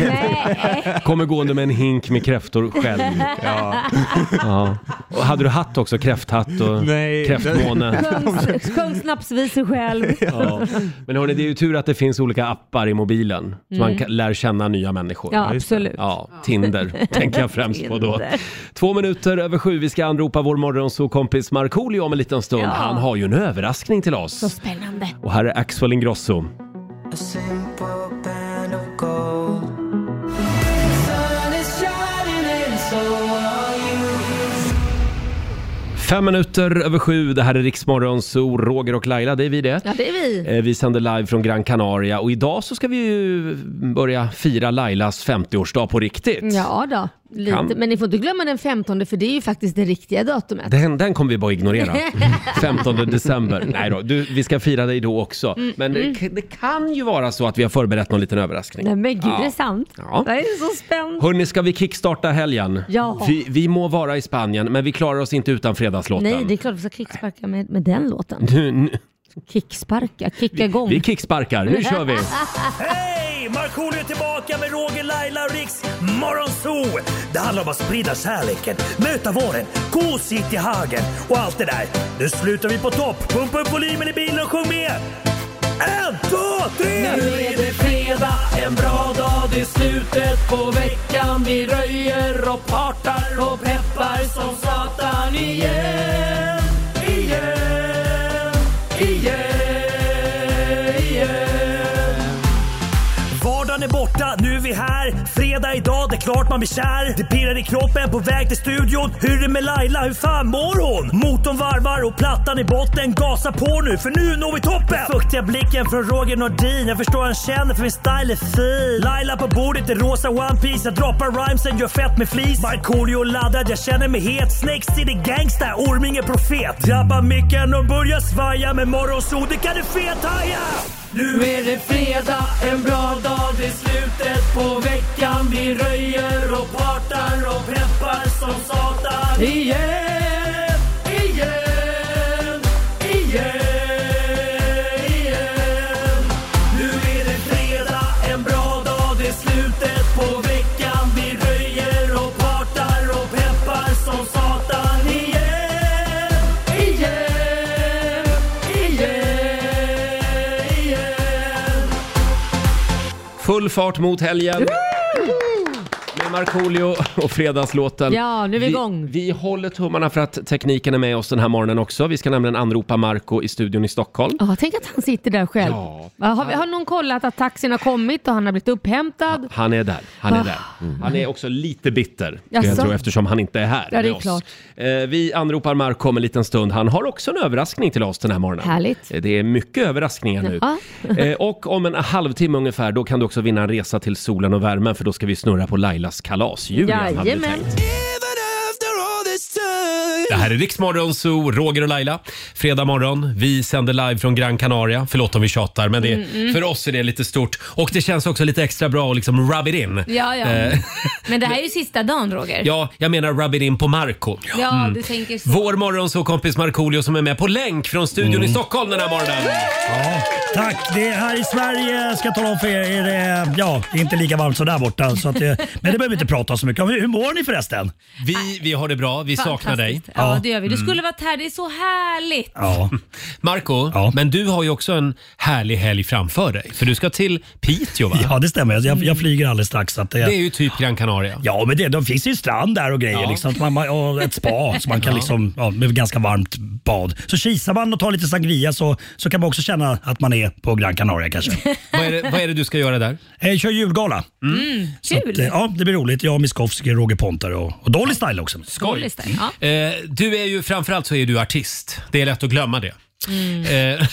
Speaker 2: Nej.
Speaker 1: Kommer gående med en hink med kräftor själv. Ja. Och hade du hatt också? Kräfthatt och
Speaker 9: Nej,
Speaker 1: kräftmåne.
Speaker 2: Sjungs- Sjung snapsvisor själv.
Speaker 1: Ja. Men hörni, det är ju tur att det finns olika appar i mobilen. Så man kan, lär känna nya människor.
Speaker 2: Mm. Ja, absolut.
Speaker 1: Ja, Tinder tänker jag främst på då.
Speaker 2: Tinder.
Speaker 1: Två minuter över sju, vi ska anropa vår morgonsåkompis Markoolio om en liten stund.
Speaker 2: Ja.
Speaker 1: Han har ju en överraskning till
Speaker 2: Så
Speaker 1: oss.
Speaker 2: spännande.
Speaker 1: Och här är Axel Ingrosso.
Speaker 6: A simple band of gold. Sun is shining and so are you.
Speaker 1: Fem minuter över sju, det här är Riksmorgon, så Roger och Laila, det är vi det.
Speaker 2: Ja, det är vi.
Speaker 1: Eh, Vi sänder live från Gran Canaria och idag så ska vi ju börja fira Lailas 50-årsdag på riktigt.
Speaker 2: Ja då, lite.
Speaker 1: Kan-
Speaker 2: men ni får inte glömma den 15 för det är ju faktiskt det riktiga datumet.
Speaker 1: Den, den kommer vi bara ignorera. 15 december. Nej då, du, vi ska fira dig då också.
Speaker 2: Mm.
Speaker 1: Men det, k- det kan ju vara så att vi har förberett någon liten överraskning.
Speaker 2: Nej men gud,
Speaker 1: Ja.
Speaker 2: det är sant.
Speaker 1: Ja.
Speaker 2: Jag är så spänd.
Speaker 1: Hörni, ska vi kickstarta helgen?
Speaker 2: Ja.
Speaker 1: Vi, vi må vara i Spanien, men vi klarar oss inte utan fredagslåten.
Speaker 2: Nej, det är klart vi ska kicksparka med, med den låten.
Speaker 1: Nu- nu-
Speaker 2: Kicksparka, kicka igång.
Speaker 1: Vi kicksparkar, nu kör vi!
Speaker 10: Hej! Markoolio är tillbaka med Roger, Laila och Riks Morgonzoo! Det handlar om att sprida kärleken, möta våren, gosigt i hagen och allt det där. Nu slutar vi på topp! Pumpa upp volymen i bilen och sjung med! En, två, tre! Nu är det fredag, en bra dag, det är slutet på veckan. Vi röjer och partar och peppar som satan igen, igen, igen, igen. Vardagen är borta, nu är vi här. Fredag idag, det är klart man blir kär. Det pirrar i kroppen på väg till studion. Hur är det med Laila, hur fan mår hon? Motorn varvar och plattan i botten. Gasa på nu, för nu når vi toppen! Den fuktiga blicken från Roger Nordin. Jag förstår han känner, för min style är fin. Laila på bordet i rosa One Piece Jag droppar rhymesen, gör fett med flis. Markoolio laddad, jag känner mig het. Snake City gangsta, Orminge profet. Drabbar micken och börjar svaja. Med morgonsol, det kan du fethaja! Nu är det fredag, en bra dag, det är slutet på veckan Vi röjer och partar och peppar som satan Igen, igen, igen, igen Nu är det fredag, en bra dag, det är slutet på veckan Vi röjer och partar och peppar som satan Igen, igen, igen, igen
Speaker 1: Full fart mot helgen! Med Markoolio och fredagslåten.
Speaker 2: Ja, nu är vi igång.
Speaker 1: Vi håller tummarna för att tekniken är med oss den här morgonen också. Vi ska nämligen anropa Marco i studion i Stockholm.
Speaker 2: Ja, tänk att han sitter där själv.
Speaker 1: Ja.
Speaker 2: Har, vi- har någon kollat att taxin har kommit och han har blivit upphämtad?
Speaker 1: Han är där. Han är
Speaker 2: Ah.
Speaker 1: där. Han är också lite bitter, jag
Speaker 2: Jaså?
Speaker 1: tror, eftersom han inte är här
Speaker 2: Ja, det
Speaker 1: med
Speaker 2: är
Speaker 1: oss.
Speaker 2: klart.
Speaker 1: Eh, Vi anropar Marco om en liten stund. Han har också en överraskning till oss den här morgonen.
Speaker 2: Härligt.
Speaker 1: Eh, Det är mycket överraskningar nu.
Speaker 2: Ja.
Speaker 1: Eh, Och om en halvtimme ungefär, då kan du också vinna en resa till solen och värmen, för då ska vi snurra på Lailas kalasdjur. igen, hade vi
Speaker 2: Jajamän.
Speaker 1: tänkt.
Speaker 6: Even after all this time.
Speaker 1: Det här är Riksmorgon Zoo, Roger och Laila. Fredag morgon. Vi sänder live från Gran Canaria. Förlåt om vi tjatar, men
Speaker 2: Mm,
Speaker 1: det, för oss är det lite stort. Och det känns också lite extra bra att liksom rub it in.
Speaker 2: Ja, ja.
Speaker 1: Eh,
Speaker 2: Men det här är ju sista dagen Roger.
Speaker 1: ja, Mm. jag menar rub it in på Marco.
Speaker 2: Ja, du tänker så.
Speaker 1: Vår morgonsåkompis Markoolio som är med på länk från studion
Speaker 10: Mm.
Speaker 1: i Stockholm den här morgonen.
Speaker 10: Tack! Det är här i Sverige, ska jag tala om för er, är det, ja, det är inte lika varmt som där borta. Så att det, men det behöver vi inte prata så mycket om. Hur hur mår ni förresten?
Speaker 1: Vi, vi har det bra, vi saknar dig. Mm.
Speaker 2: Fantastiskt. Ja, det gör vi. Du skulle varit här, det är så härligt.
Speaker 10: Ja.
Speaker 1: Marco,
Speaker 10: Ja.
Speaker 1: men du har ju också en härlig helg framför dig. För du ska till Piteå va?
Speaker 10: ja, det stämmer. Jag, jag flyger alldeles strax. Så att
Speaker 1: Det är ju typ Gran Canaria.
Speaker 10: Ja, men det, de finns ju strand där och grejer.
Speaker 1: Ja.
Speaker 10: Liksom, Så man, man, och ett spa så man kan liksom, ja, med ganska varmt bad. Så kisar man och tar lite sangria så, så kan man också känna att man är på Gran Canaria kanske.
Speaker 1: Vad, är det, vad är det du ska göra där?
Speaker 10: Jag kör julgala.
Speaker 1: Mm,
Speaker 10: Så
Speaker 2: Mm, Kul.
Speaker 10: att, eh, ja, det blir roligt. Jag, Miskovsky, Roger Pontare och, och Dolly Style också.
Speaker 2: Rolig stämning. Ja.
Speaker 1: Eh, du är ju, framförallt så är du artist. Det är lätt att glömma det. Eh,
Speaker 2: Mm.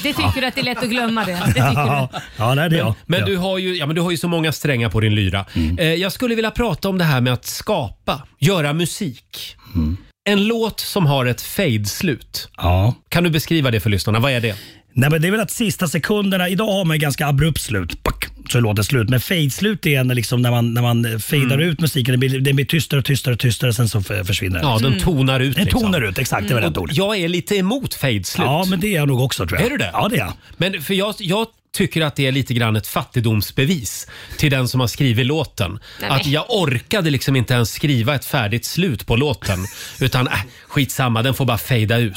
Speaker 2: Det tycker du att det är lätt att glömma det? det tycker du.
Speaker 10: Ja, ja, nej, det är jag.
Speaker 1: men,
Speaker 10: ja. Mm.
Speaker 1: du har ju, ja, men du har ju så många strängar på din lyra. Eh, jag skulle vilja prata om det här med att skapa, göra musik. En låt som har ett fade-slut.
Speaker 10: Mm. Ja.
Speaker 1: Kan du beskriva det för lyssnarna? Vad är det?
Speaker 10: Nej, men det är väl att sista sekunderna, idag har man ju ganska abrupt slut. Pack, så låter slut. Men fade-slut är när liksom när man, när man fejdar
Speaker 1: Mm.
Speaker 10: ut musiken. Den blir, den blir tystare och tystare och tystare sen så f- försvinner den.
Speaker 1: Ja,
Speaker 2: Mm.
Speaker 1: den tonar ut.
Speaker 10: Den
Speaker 1: liksom.
Speaker 10: tonar ut, exakt. Det var rätt
Speaker 1: Och
Speaker 10: ord.
Speaker 1: Jag är lite emot fade-slut.
Speaker 10: Ja, men det är jag nog också tror jag.
Speaker 1: Är du det?
Speaker 10: Ja, det är jag.
Speaker 1: Men för jag, jag tycker att det är lite grann ett fattigdomsbevis till den som har skrivit låten.
Speaker 2: Nej,
Speaker 1: Att
Speaker 2: nej.
Speaker 1: jag orkade liksom inte ens skriva ett färdigt slut på låten. Utan äh, skitsamma, den får bara fejda ut.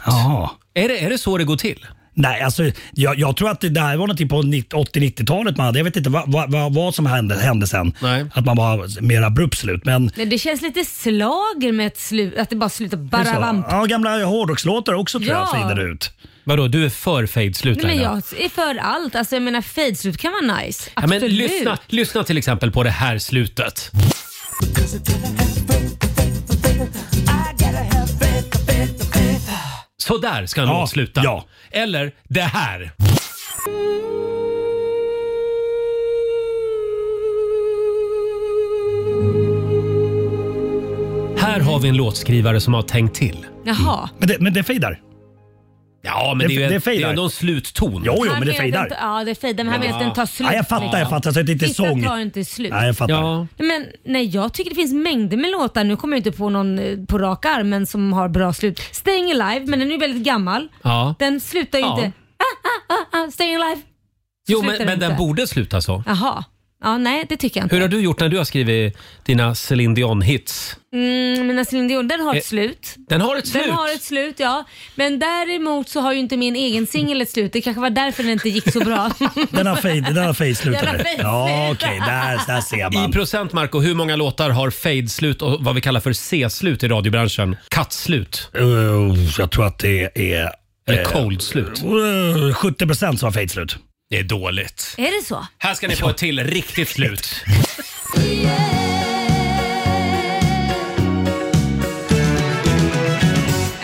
Speaker 1: Är det, är det så det går till?
Speaker 10: Nej, alltså, jag, jag tror att det där var någonting på 90 80-90-talet man hade. Jag vet inte vad, vad, vad, vad som hände, hände sen. Att man var mer abrupt slut. Men
Speaker 2: Nej, det känns lite slager med ett slut, att det bara slutar
Speaker 10: Det är så.
Speaker 2: barabam.
Speaker 10: Ja, gamla hårdrockslåtar också tror jag
Speaker 2: Ja.
Speaker 10: fejdade ut.
Speaker 1: Vadå, du är för fade-slut
Speaker 2: Nej, men jag är för allt. Alltså, jag menar fade-slut kan vara nice.
Speaker 1: Ja, men
Speaker 2: Absolut.
Speaker 1: lyssna, lyssna till exempel på det här slutet. Så där ska en låt sluta. Eller det här. Här har vi en låtskrivare som har tänkt till.
Speaker 2: Jaha.
Speaker 10: Men det, men det fejdar.
Speaker 1: Ja, men det, är ju en, det, är
Speaker 10: fejdar.
Speaker 1: ändå en slutton.
Speaker 10: Jo, jo,
Speaker 2: Här
Speaker 10: men det
Speaker 2: vill jag att den
Speaker 10: fejdar.
Speaker 2: ta- Ja, det fejdar, men här vill jag att den tar slut.
Speaker 10: Ja, jag fattar, jag fattar. Så att det inte är
Speaker 2: Vissa
Speaker 10: sång.
Speaker 2: tar inte slut.
Speaker 10: Nej, jag fattar.
Speaker 2: Nej, Men nej, jag tycker det finns mängder med låtar. Nu kommer jag inte på någon eh, på rak armen som har bra slut. Staying Alive, men den är ju väldigt gammal.
Speaker 1: Ja.
Speaker 2: Den slutar ju
Speaker 1: Ja.
Speaker 2: inte... Ah, ah, ah, ah, staying Alive. Så
Speaker 1: Jo,
Speaker 2: slutar
Speaker 1: men, men den
Speaker 2: inte.
Speaker 1: borde sluta så.
Speaker 2: Jaha. Ja, nej, det tycker jag inte.
Speaker 1: Hur har du gjort när du har skrivit dina Céline Dion-hits?
Speaker 2: Mm, mina Céline Dion, den har
Speaker 1: Eh,
Speaker 2: ett slut.
Speaker 1: Den har ett slut!
Speaker 2: Den har ett slut, ja. Men däremot så har ju inte min egen singel ett slut. Det kanske var därför den inte gick så bra.
Speaker 10: Den har fade, den har fade
Speaker 2: Den har
Speaker 10: slutade.
Speaker 2: fade
Speaker 10: Ja,
Speaker 2: slutat.
Speaker 10: okej. Där, där ser man.
Speaker 1: I procent, Marco, hur många låtar har fade-slut och vad vi kallar för C-slut i radiobranschen? Cut-slut
Speaker 10: Uh, jag tror att det är...
Speaker 1: eller cold-slut?
Speaker 10: Uh, 70 procent som har fade slut.
Speaker 1: Det är dåligt.
Speaker 2: Är det så?
Speaker 1: Här ska ni få ett till riktigt slut.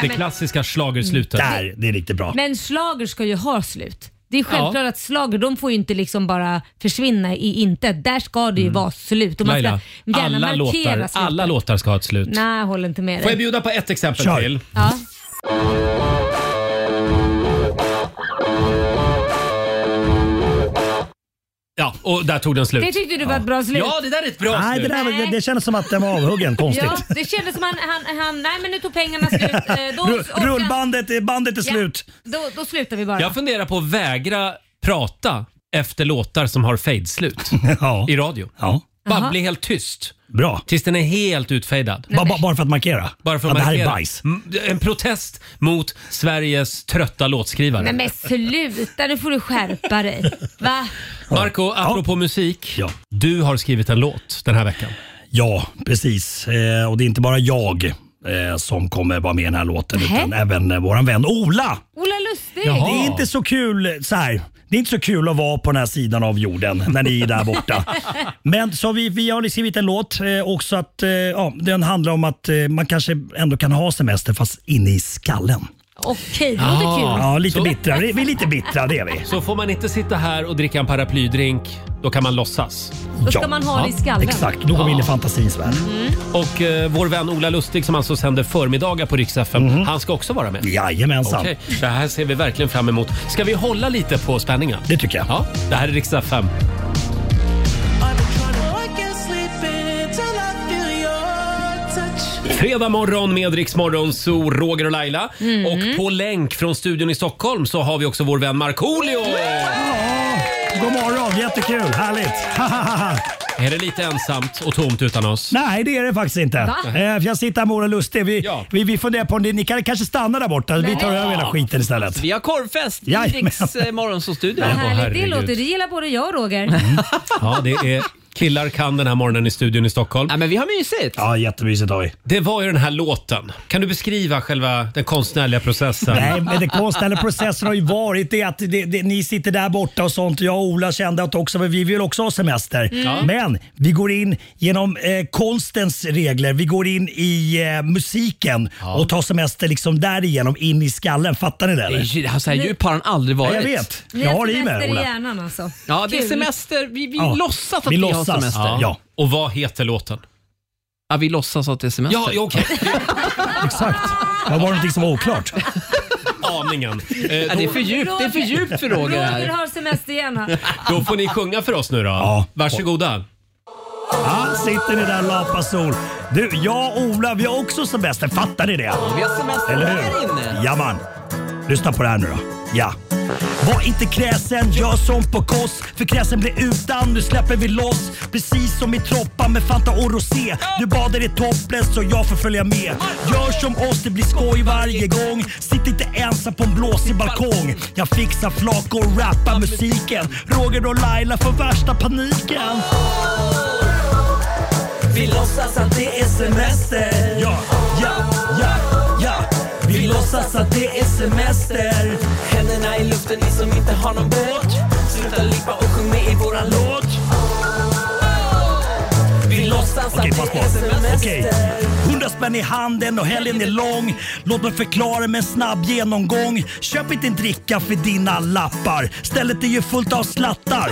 Speaker 1: Det klassiska schlagerslutet.
Speaker 10: Där, det är riktigt bra.
Speaker 2: Men slager ska ju ha slut. Det är självklart
Speaker 1: Ja.
Speaker 2: att slager, de får ju inte liksom bara försvinna i intet. Där ska det ju vara slut. Och man
Speaker 1: Mm. Laila,
Speaker 2: ska gärna
Speaker 1: alla
Speaker 2: markera
Speaker 1: låtar,
Speaker 2: slutet.
Speaker 1: alla låtar ska ha ett slut.
Speaker 2: Nej, jag håller inte med
Speaker 1: Får jag
Speaker 2: dig.
Speaker 1: bjuda på ett exempel
Speaker 10: Kör.
Speaker 1: till?
Speaker 2: Ja.
Speaker 1: Ja, och där tog den slut.
Speaker 2: Det tyckte du var ett bra slut.
Speaker 1: Ja, det där är ett bra
Speaker 10: Nej, det,
Speaker 1: slut.
Speaker 10: där, var- det, det kändes som att den var avhuggen. Konstigt.
Speaker 2: Ja, det kändes som han, han, han, nej men nu tog pengarna slut. Eh, Då,
Speaker 10: Rull-
Speaker 2: orkar-
Speaker 10: Rullbandet är- bandet är
Speaker 2: Ja.
Speaker 10: slut.
Speaker 2: Då, då slutar vi bara.
Speaker 1: Jag funderar på att vägra prata efter låtar som har fade-slut
Speaker 10: Ja.
Speaker 1: i radio.
Speaker 10: ja.
Speaker 1: Bara bli helt tyst
Speaker 10: Bra.
Speaker 1: tills den är helt utfejdad.
Speaker 10: Ba- ba- bara för att markera?
Speaker 1: Bara för att
Speaker 10: att det här är
Speaker 1: markera.
Speaker 10: bajs?
Speaker 1: Mm, En protest mot Sveriges trötta låtskrivare.
Speaker 2: Nej men sluta, nu får du skärpa dig. Va?
Speaker 1: Marco, apropå musik.
Speaker 10: Ja.
Speaker 1: Du har skrivit en låt den här veckan.
Speaker 10: Ja, precis. Eh, och det är inte bara jag eh, som kommer vara med i den här låten
Speaker 2: Nähä.
Speaker 10: utan även eh, vår vän Ola.
Speaker 2: Ola Lustig.
Speaker 1: Jaha.
Speaker 10: Det är inte så kul så här. Det är inte så kul att vara på den här sidan av jorden när ni är där borta. Men så vi, vi har skrivit en låt eh, också att eh, ja, den handlar om att eh, man kanske ändå kan ha semester fast inne i skallen.
Speaker 2: Okej, det låter
Speaker 1: Ja.
Speaker 2: kul.
Speaker 10: Ja, lite
Speaker 1: Ah. Så-
Speaker 10: bittra. Vi vi är lite bittra, det är vi.
Speaker 1: Så får man inte sitta här och dricka en paraplydrink, då kan man låtsas.
Speaker 2: Då ska
Speaker 10: Ja.
Speaker 2: man ha det
Speaker 1: Ja,
Speaker 2: i
Speaker 1: Mm.
Speaker 2: skallen.
Speaker 10: Exakt, då går vi in i fantasins värld.
Speaker 1: Och eh, vår vän Ola Lustig som alltså sänder förmiddagar på Rix FM, han ska också vara med.
Speaker 10: Mhm. Jajamensan,
Speaker 1: Okej, det här ser vi verkligen fram emot. Ska vi hålla lite på spänningen?
Speaker 10: det tycker jag.
Speaker 1: Ja, det här är Rix FM. Fredag morgon med Rix Morgon, så Roger och Laila.
Speaker 8: Mm.
Speaker 1: Och på länk från studion i Stockholm så har vi också vår vän Markoolio!
Speaker 10: God morgon, jättekul, härligt.
Speaker 1: Är det lite ensamt och tomt utan oss?
Speaker 10: Nej, det är det faktiskt inte. Eh, för jag sitter här med Ola Lustig. Vi,
Speaker 1: Ja.
Speaker 10: vi, vi funderar på om ni, ni kan, kanske stannar där borta. Vi tar över hela skiten istället.
Speaker 8: Vi har korvfest i
Speaker 10: Jajamän.
Speaker 8: Rix eh, morgonsåstudio.
Speaker 2: Vad
Speaker 1: Åh,
Speaker 2: härligt det
Speaker 1: herregud.
Speaker 2: låter. Det gillar både jag och Roger.
Speaker 1: Ja, det är killar kan den här morgonen i studion i Stockholm.
Speaker 8: Ja, men vi har mysigt.
Speaker 10: Ja, jättemysigt har vi.
Speaker 1: Det var ju den här låten. Kan du beskriva själva den konstnärliga processen?
Speaker 10: Nej, men den konstnärliga processen har ju varit det att det, det, ni sitter där borta och sånt. Jag och Ola kände att också, vi vill också ha semester.
Speaker 8: Mm.
Speaker 10: Men vi går in genom eh, konstens regler. Vi går in i eh, musiken och tar semester liksom därigenom in i skallen. Fattar ni det?
Speaker 8: Det är
Speaker 10: Eller?
Speaker 8: ju- alltså, Så här djup har han aldrig varit.
Speaker 10: Jag vet.
Speaker 2: Ni
Speaker 10: Jag har det i mig
Speaker 2: semester i
Speaker 10: Ola.
Speaker 2: hjärnan alltså.
Speaker 8: Ja, det är
Speaker 2: Kul.
Speaker 8: semester. Vi, vi
Speaker 10: Ja.
Speaker 8: låtsas att
Speaker 10: Vi
Speaker 8: vi, har
Speaker 10: låtsas.
Speaker 8: semester.
Speaker 10: Ja.
Speaker 1: Och vad heter låten?
Speaker 8: Ja, vi låtsas att det är semester.
Speaker 1: Ja, okej.
Speaker 10: Exakt. Det var någonting som var oklart.
Speaker 1: Aningen. Eh,
Speaker 8: Ja, det är
Speaker 1: då,
Speaker 8: för djupt. Det är för djupt för Roger
Speaker 2: Roger
Speaker 8: här.
Speaker 2: har semester i hjärnan.
Speaker 1: då får ni sjunga för oss nu då.
Speaker 10: Ja.
Speaker 1: Varsågoda.
Speaker 10: Ja, sitter ni där Lapasol. Du, jag och Ola, vi har också semester. Fattar ni det?
Speaker 8: Vi har semester
Speaker 10: Eller
Speaker 8: här
Speaker 10: hur?
Speaker 8: inne.
Speaker 10: Jaman. Lyssna på det här nu då. Ja. Var inte kräsen, gör som på koss För kräsen blir utan, nu släpper vi loss Precis som i Troppa med Fanta och Rosé Du bad i topless så jag får följa med Gör som oss, det blir skoj varje gång Sitt inte ensam på en blåsig balkong Jag fixar flak och rappar musiken Roger och Laila får värsta paniken vi låtsas att Alltså, det är semester. Ja, ja, ja, ja. Vi låtsas att det är semester. Händerna i luften, ni som inte har någon båt. Sluta lipa och sjung med i våran låt. Vi låtsas Okej, pass på. Okej. 100 spänn i handen och helgen är lång. Låt mig förklara med en snabb genomgång. Köp inte en dricka för dina lappar. Stället är ju fullt av slattar.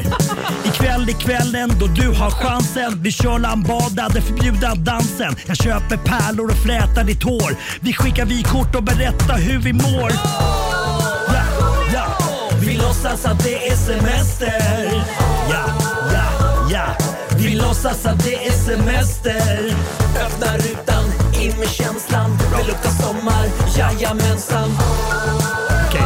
Speaker 10: Ikväll är kvällen då du har chansen. Vi kör lambada, den förbjudna dansen. Jag köper pärlor och flätar ditt hår. Vi skickar vykort och berättar hur vi mår. Ja, ja. Vi låtsas att det är semester. Ja, ja, ja. Vi låtsas att det är semester. Öppna rutan, in med känslan. Det luktar sommar, jajamensan. Okej.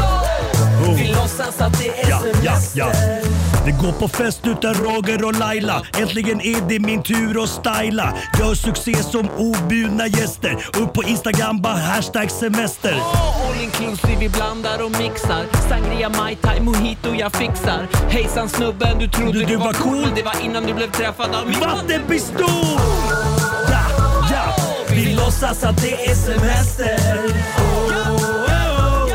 Speaker 10: Vi låtsas att det är ja, semester. Ja, ja. Det går på fest utan Roger och Laila. Äntligen är det min tur att styla. Gör succé som objudna gäster. Upp på Instagram, bara hashtag semester.
Speaker 11: All inclusive, vi blandar och mixar Sangria, mai tai, mojito jag fixar Hejsan snubben, du trodde du, var cool Det var innan du blev träffad av min
Speaker 10: vattenpistol! Ja, ja. Vi låtsas att det är semester. Oh, oh, oh.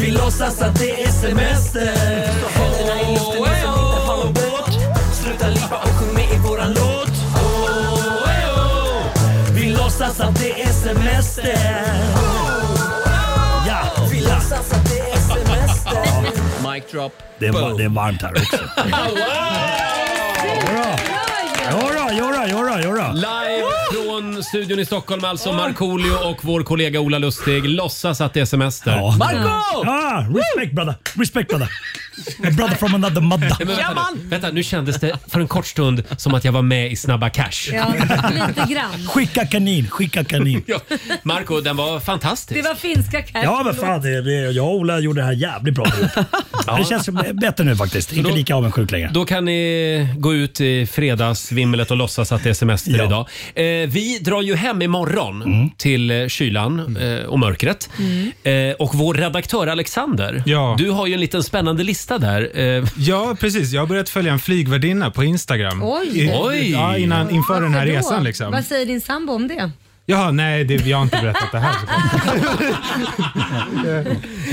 Speaker 10: Vi låtsas att det är semester. Så händerna i luften, ni som inte har någon båt. Sluta lipa och sjung med i våran låt. Oh, oh, oh. Vi låtsas att det är semester. Ja, vi låtsas att det är semester.
Speaker 11: Mic drop.
Speaker 10: Det är, var- det är varmt här också. Jodå, jodå, jodå, jodå.
Speaker 1: Live från studion i Stockholm alltså, Markoolio och vår kollega Ola Lustig låtsas att det är semester.
Speaker 11: Marco!
Speaker 10: Ah, respect brother, respect brother. A brother from another mother.
Speaker 1: Men vänta, nu. vänta, nu kändes det för en kort stund som att jag var med i Snabba Cash.
Speaker 2: Ja, lite grann.
Speaker 10: Skicka kanin, skicka kanin.
Speaker 1: Ja. Marco, den var
Speaker 2: Det
Speaker 1: fantastisk.
Speaker 2: var finska cash.
Speaker 10: Ja men fan, det, det, jag och Ola gjorde det här jävligt bra ihop. Det känns som- bättre nu faktiskt. Inte
Speaker 1: då-
Speaker 10: lika avundsjuk längre.
Speaker 1: Då kan ni gå ut i fredagsvimlet och låtsas att det är semester
Speaker 10: Ja.
Speaker 1: idag. Eh, vi drar ju hem imorgon
Speaker 9: Mm.
Speaker 1: till eh, kylan eh, och mörkret.
Speaker 2: Mm.
Speaker 1: Eh, och vår redaktör Alexander,
Speaker 9: Ja.
Speaker 1: du har ju en liten spännande lista där. Eh,
Speaker 9: Ja, precis. Jag har börjat följa en flygvärdinna på Instagram.
Speaker 2: Oj.
Speaker 1: Oj.
Speaker 9: Ja, innan, inför den här
Speaker 2: Varför då?
Speaker 9: resan liksom.
Speaker 2: Vad säger din sambo om det?
Speaker 9: Ja, nej, det, jag har inte berättat det här. såklart.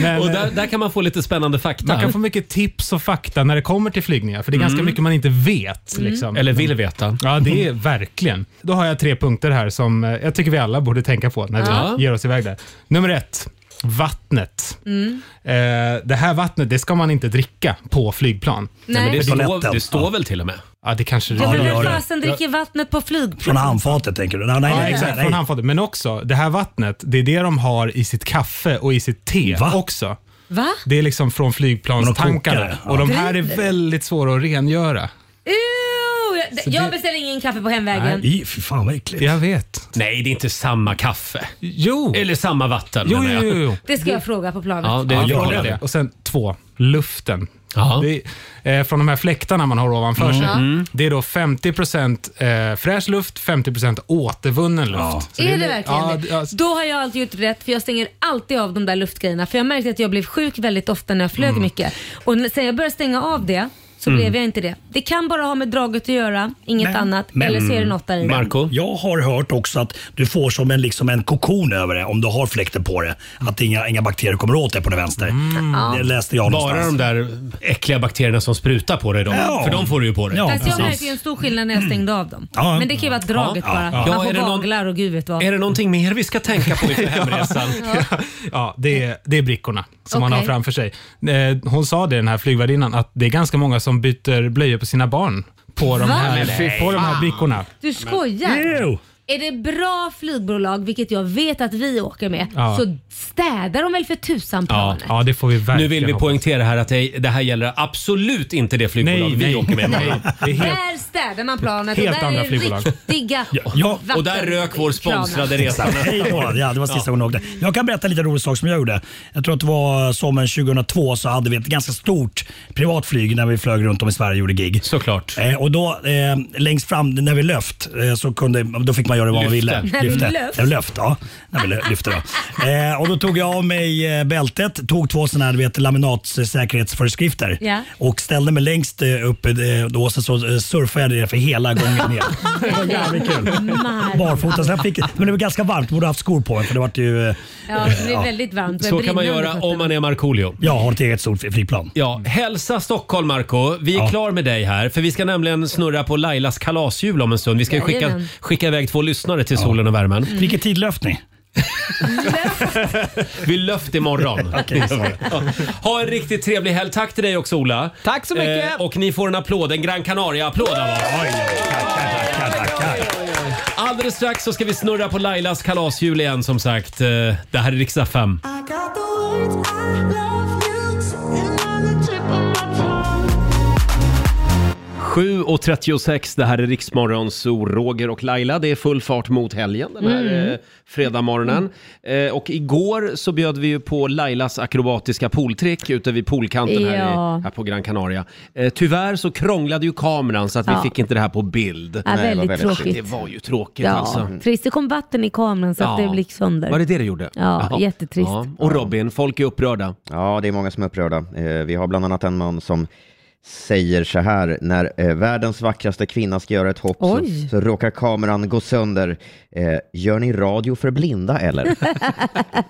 Speaker 9: Men,
Speaker 1: och
Speaker 9: eh,
Speaker 1: där, där kan man få lite spännande fakta.
Speaker 9: man kan få mycket tips och fakta när det kommer till flygningar, för det är ganska mycket man inte vet.
Speaker 2: Mm.
Speaker 9: Liksom.
Speaker 1: Mm. Eller vill veta.
Speaker 9: Ja, det är verkligen. Då har jag tre punkter här som eh, jag tycker vi alla borde tänka på när vi
Speaker 1: Ja.
Speaker 9: ger oss iväg där. Nummer ett, vattnet.
Speaker 2: Mm.
Speaker 9: Eh, det här vattnet det ska man inte dricka på flygplan.
Speaker 1: Nej, men det,
Speaker 10: På
Speaker 1: står,
Speaker 10: toaletten.
Speaker 1: det står väl till och med?
Speaker 9: Ja, det kanske
Speaker 2: Ja,
Speaker 10: det
Speaker 2: men
Speaker 10: har
Speaker 2: vem
Speaker 10: du.
Speaker 2: fasen dricker vattnet på flygplan?
Speaker 10: Från handfatet tänker du? Nej, nej,
Speaker 9: Ja,
Speaker 10: nej.
Speaker 9: exakt.
Speaker 10: nej.
Speaker 9: Från handfatet. Men också, det här vattnet, det är det de har i sitt kaffe och i sitt te
Speaker 10: Va?
Speaker 9: också.
Speaker 2: Va?
Speaker 9: Det är liksom från
Speaker 10: Från
Speaker 9: flygplanstankarna.
Speaker 10: kokare, ja.
Speaker 9: Och de här är väldigt svåra att rengöra.
Speaker 2: Ew, jag, jag beställer ingen kaffe på hemvägen.
Speaker 10: I, fy fan vad äckligt.
Speaker 9: Jag vet.
Speaker 1: Nej, det är inte samma kaffe.
Speaker 9: Jo!
Speaker 1: Eller samma vatten
Speaker 9: Jo,
Speaker 1: menar
Speaker 9: jo,
Speaker 1: jag.
Speaker 9: jo. jo.
Speaker 2: Det ska jag fråga på planet.
Speaker 1: Ja, det
Speaker 9: Ja,
Speaker 1: gör
Speaker 9: fråga
Speaker 1: det.
Speaker 9: det. Och sen två, luften.
Speaker 1: Ja.
Speaker 9: Det är, eh, från de här fläktarna man har ovanför
Speaker 2: Mm.
Speaker 9: sig. Det är då 50 eh, fräsch luft, 50 återvunnen luft. Så
Speaker 2: är det
Speaker 9: li-
Speaker 2: verkligen
Speaker 9: ja,
Speaker 2: det?
Speaker 9: ja,
Speaker 2: Då har jag alltid gjort rätt för jag stänger alltid av de där luftgrejerna. För jag märkte att jag blev sjuk väldigt ofta när jag flög mycket. Och när- sen jag började stänga av det så blev jag inte det. Det kan bara ha med draget att göra, inget
Speaker 10: Men-
Speaker 2: annat.
Speaker 10: men-
Speaker 2: eller så är det något där i.
Speaker 1: Marco?
Speaker 10: Jag har hört också att du får som en, liksom en kokon över det om du har fläkten på det. Att inga, inga bakterier kommer åt dig på den vänster.
Speaker 2: Mm.
Speaker 10: Det läste jag
Speaker 1: Bara
Speaker 10: någonstans.
Speaker 1: de där äckliga bakterierna som sprutar på dig. Då.
Speaker 10: Ja.
Speaker 1: För de får du ju på dig.
Speaker 10: Ja,
Speaker 2: Fast jag
Speaker 10: precis.
Speaker 2: märkte ju en stor skillnad när jag stängde av dem.
Speaker 10: Ja.
Speaker 2: Men det kan ju vara draget
Speaker 10: Ja, ja.
Speaker 2: bara.
Speaker 1: Ja,
Speaker 2: Man
Speaker 1: är
Speaker 2: får
Speaker 1: det någon-
Speaker 2: vaglar och gud vet vad.
Speaker 1: Är det någonting mer vi ska tänka på inför hemresan?
Speaker 9: Ja, det är, det är brickorna som man
Speaker 2: Okej.
Speaker 9: har framför sig. Eh, Hon sa det, den här flygvärdinnan, att det är ganska många som byter blöjor på sina barn på de
Speaker 2: Va?
Speaker 9: här,
Speaker 2: Men
Speaker 9: på de här brickorna.
Speaker 2: Du skojar?
Speaker 10: Ew.
Speaker 2: Är det bra flygbolag, vilket jag vet att vi åker med,
Speaker 1: Ja.
Speaker 2: så städar de väl för tusan
Speaker 1: Ja.
Speaker 2: planet.
Speaker 1: ja,
Speaker 9: det får vi verkligen
Speaker 1: Nu vill vi
Speaker 9: hoppas.
Speaker 1: poängtera här att det, det här gäller absolut inte det flygbolag
Speaker 9: Nej,
Speaker 1: vi
Speaker 9: nej,
Speaker 1: åker med.
Speaker 9: nej. Det är
Speaker 2: Där städar man planet
Speaker 1: Helt
Speaker 2: och där
Speaker 1: andra
Speaker 2: är det
Speaker 1: flygbolag.
Speaker 2: riktiga
Speaker 1: Ja, och
Speaker 2: vatten-
Speaker 1: där rök vår sponsrade
Speaker 2: kranar.
Speaker 1: resa.
Speaker 12: Exakt. Hej då. Ja, det var sista gången jag åkte. Jag kan berätta en liten rolig sak som jag gjorde. Jag tror att det var sommaren 2002 så hade vi ett ganska stort privatflyg när vi flög runt om i Sverige och gjorde gig.
Speaker 1: Såklart.
Speaker 12: Eh, och då eh, längst fram när vi löft eh, så kunde, då fick man göra vad man
Speaker 1: Lyfte.
Speaker 12: ville.
Speaker 1: När vi
Speaker 12: Lyfte.
Speaker 1: löft?
Speaker 12: När vi löft, ja. När vi lö- lyfte då. Eh, och då tog jag av mig eh, bältet, tog två sådana här du vet, laminatsäkerhetsföreskrifter
Speaker 6: Ja.
Speaker 12: och ställde mig längst eh, upp eh, då så, så eh, surfade jag det för hela gången ner.
Speaker 6: Det var jävligt kul.
Speaker 12: Barfota. Så jag fick, men det var ganska varmt, borde ha haft skor på mig för det var ju... eh,
Speaker 2: Ja, det blir
Speaker 12: ja.
Speaker 2: väldigt varmt.
Speaker 1: Så kan man göra om man är Markoolio.
Speaker 12: Jag har ett eget stort flygplan.
Speaker 1: Ja, hälsa Stockholm Marco. Vi är klar med dig här för vi ska nämligen snurra på Lailas kalashjul om en stund. Vi ska ju skicka,
Speaker 12: Jajamän.
Speaker 1: skicka iväg två lyssnare till solen och värmen.
Speaker 12: Mm. Vilket tid löft ni?
Speaker 1: Vi löft imorgon.
Speaker 12: Okej, sorry.
Speaker 1: Ja. ha en riktigt trevlig helg. Tack till dig också Ola. Tack
Speaker 12: så mycket.
Speaker 1: och ni får en applåd, en Gran Canaria-applåd av oss. Alldeles strax så ska vi snurra på Lailas kalashjul igen som sagt. Eh, Det här är riksdag 5.
Speaker 6: I got the words I love you sitting on the tip of my tongue.
Speaker 1: 7.36, det här är Riksmorgon, så Roger och Laila. Det är full fart mot helgen den här
Speaker 8: Mm.
Speaker 1: mm. fredagsmorgonen. Eh, och igår så bjöd vi ju på Lailas akrobatiska pooltrick ute vid poolkanten här,
Speaker 2: Ja.
Speaker 1: i, här på Gran Canaria. Eh, tyvärr så krånglade ju kameran så att vi
Speaker 2: Ja.
Speaker 1: fick inte det här på bild.
Speaker 2: Ja, Nej, det var väldigt väldigt tråkigt.
Speaker 1: Det
Speaker 2: synd.
Speaker 1: var ju tråkigt
Speaker 2: Ja,
Speaker 1: alltså.
Speaker 2: trist. Det kom vatten i kameran så att
Speaker 1: Ja.
Speaker 2: det blick sönder.
Speaker 1: Var det det det gjorde?
Speaker 2: Ja, jättetrist.
Speaker 1: Och Robin, folk är upprörda.
Speaker 5: Ja, det är många som är upprörda. Eh, Vi har bland annat en man som säger så här, när eh, världens vackraste kvinna ska göra ett hopp så,
Speaker 6: Oj.
Speaker 5: så råkar kameran gå sönder. Eh, gör ni radio för blinda eller?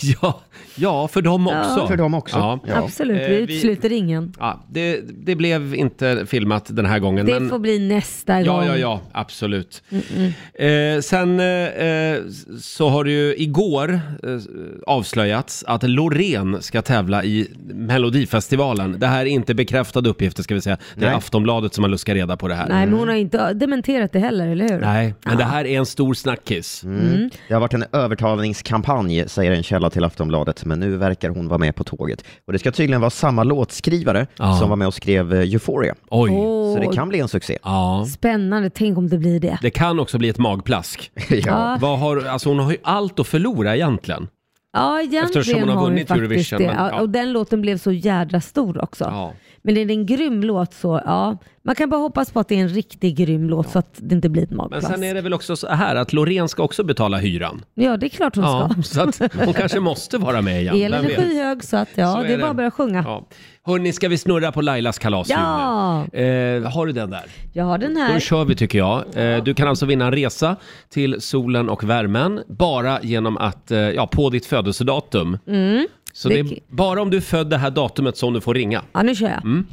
Speaker 1: ja, ja, för dem
Speaker 2: Ja.
Speaker 1: också.
Speaker 2: För dem också. Absolut, vi
Speaker 1: Eh,
Speaker 2: utesluter ingen.
Speaker 1: Ja, det, det blev inte filmat den här gången.
Speaker 2: Det
Speaker 1: men...
Speaker 2: får bli nästa
Speaker 1: Ja,
Speaker 2: gång. Mm,
Speaker 1: ja, ja, absolut.
Speaker 2: Mm-mm.
Speaker 1: Eh, sen eh, eh, så har det ju igår eh, avslöjats att Loreen ska tävla i Melodifestivalen. Det här är inte bekräftade uppgifter ska vi säga. Det är
Speaker 2: Nej.
Speaker 1: Aftonbladet som har luskat reda på det här.
Speaker 2: Nej, men hon har inte dementerat det heller, eller hur?
Speaker 1: Nej, men det här är en stor snackis.
Speaker 5: Mm. Det har varit en övertalningskampanj, säger en källa till Aftonbladet, men nu verkar hon vara med på tåget. Och det ska tydligen vara samma låtskrivare
Speaker 1: Ja.
Speaker 5: som var med och skrev eh, Euphoria.
Speaker 1: Oj.
Speaker 5: Så det kan bli en succé.
Speaker 1: Ja.
Speaker 2: Spännande, tänk om det blir det.
Speaker 1: Det kan också bli ett magplask.
Speaker 2: Ja.
Speaker 1: Vad har, alltså hon har ju allt att förlora egentligen.
Speaker 2: Ja, egentligen
Speaker 1: Eftersom hon har vunnit
Speaker 2: faktiskt
Speaker 1: Eurovision,
Speaker 2: Det.
Speaker 1: men, ja.
Speaker 2: ja. Och den låten blev så jädra stor också. Men det är en grym låt så, ja. Man kan bara hoppas på att det är en riktigt grym låt så att det inte blir ett
Speaker 1: Men
Speaker 2: magplats.
Speaker 1: sen är det väl också så här att Loreen ska också betala hyran.
Speaker 2: Ja, det är klart hon
Speaker 1: Ja,
Speaker 2: ska.
Speaker 1: så att hon kanske måste vara med igen.
Speaker 2: Elen
Speaker 1: Vem
Speaker 2: är
Speaker 1: vet?
Speaker 2: skyhög så att ja,
Speaker 1: Så
Speaker 2: det är bara att börja sjunga.
Speaker 1: Ja. Hörni, ska vi snurra på Lailas kalas
Speaker 2: Ja.
Speaker 1: nu? eh, Har du den där?
Speaker 2: Jag har den
Speaker 1: Då
Speaker 2: här.
Speaker 1: kör vi tycker jag. Eh, du kan alltså vinna en resa till solen och värmen bara genom att, eh, ja, på ditt födelsedatum.
Speaker 2: Mm.
Speaker 1: Så det är bara om du är född det här datumet som du får ringa.
Speaker 2: Ja, nu kör jag.
Speaker 1: Mm.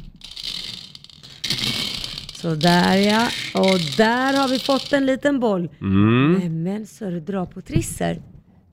Speaker 2: Så där ja. Och där har vi fått en liten boll.
Speaker 1: Mm.
Speaker 2: Men så du dra på trisser.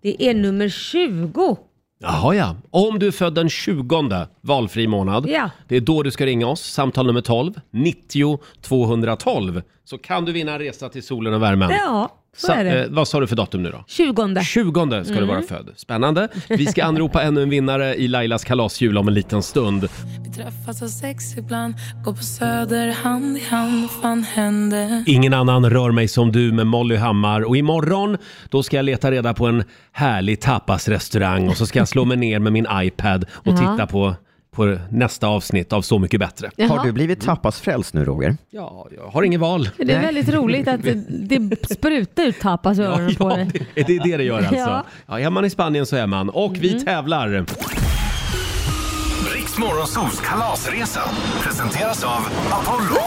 Speaker 2: Det är nummer 20.
Speaker 1: Jaha ja. Om du är född den 20 valfri månad,
Speaker 2: Ja.
Speaker 1: det är då du ska ringa oss, samtal nummer 12, 90 212, så kan du vinna en resa till solen och värmen.
Speaker 2: Ja, så
Speaker 1: Sa-
Speaker 2: är det.
Speaker 1: eh, vad sa du för datum nu då?
Speaker 2: 20.
Speaker 1: 20 ska du vara
Speaker 2: Mm.
Speaker 1: född. Spännande. Vi ska anropa ännu en vinnare i Lailas kalasjul om en liten stund.
Speaker 13: Vi träffas av sex ibland, går på söder hand i hand, vad fan hände?
Speaker 1: Ingen annan rör mig som du med Molly Hammar och imorgon då ska jag leta reda på en härlig tapasrestaurang och så ska jag slå mig ner med min iPad och
Speaker 5: Ja.
Speaker 1: titta på, på nästa avsnitt av Så mycket bättre.
Speaker 5: Har du blivit tapasfrälst nu Roger?
Speaker 1: Ja, jag har inget val.
Speaker 2: Det är väldigt roligt att det, det sprutar ut tapas ur öronen på dig.
Speaker 1: Är det det det gör alltså? Ja.
Speaker 2: Ja. Mm.
Speaker 1: är man i Spanien så är man. Och vi tävlar!
Speaker 3: Riksmorgonsols kalasresa presenteras av Apollo.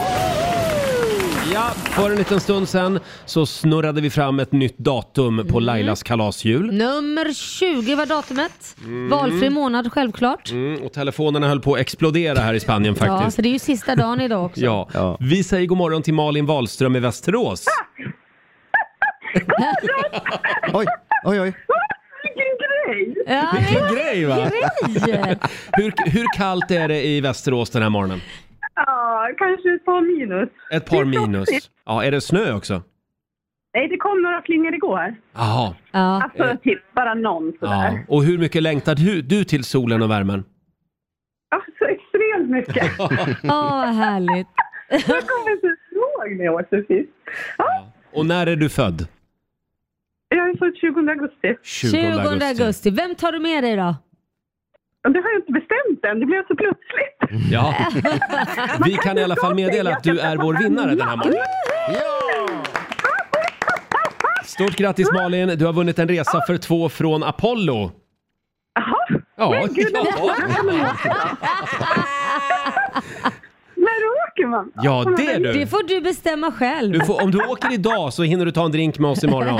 Speaker 1: Ja, för en liten stund sen så snurrade vi fram ett nytt datum på
Speaker 2: Mm.
Speaker 1: Lailas kalashjul.
Speaker 2: Nummer 20 var datumet.
Speaker 1: Mm.
Speaker 2: Valfri månad självklart.
Speaker 1: Mm, och telefonerna höll på att explodera här i Spanien
Speaker 2: Ja,
Speaker 1: faktiskt.
Speaker 2: för det är ju sista dagen idag också.
Speaker 1: Ja. Vi säger god morgon till Malin Wahlström i Västerås.
Speaker 5: oj, oj, oj.
Speaker 6: Vilken grej!
Speaker 2: Ja,
Speaker 1: Vilken grej va? hur, hur kallt är det i Västerås den här morgonen?
Speaker 6: Ja, kanske ett par minus.
Speaker 1: Ett par
Speaker 6: Det är
Speaker 1: minus.
Speaker 6: tråkigt.
Speaker 1: Ja, är det snö också?
Speaker 14: Nej, det kom några flingor igår.
Speaker 1: Jaha.
Speaker 2: Ja.
Speaker 14: Alltså typ bara någon
Speaker 1: Ja.
Speaker 14: sådär.
Speaker 1: Och hur mycket längtar du, du till solen och värmen?
Speaker 14: Ja. Så extremt mycket.
Speaker 2: Åh, vad härligt.
Speaker 14: Jag kommer inte ihåg när jag åkte sist.
Speaker 1: Och när är du född?
Speaker 14: Jag är född 20 augusti.
Speaker 1: 20 augusti.
Speaker 2: augusti. Vem tar du med dig då?
Speaker 14: Det har jag inte bestämt än. Det blev så plötsligt.
Speaker 1: Ja. Vi kan i alla fall meddela att du är vår vinnare den här morgonen. Stort grattis Malin, du har vunnit en resa för två från Apollo. Ja,
Speaker 14: Men gud,
Speaker 1: ja.
Speaker 14: När åker man?
Speaker 1: Ja, det du.
Speaker 2: Det får du bestämma själv.
Speaker 1: Du får, om du åker idag så hinner du ta en drink med oss imorgon.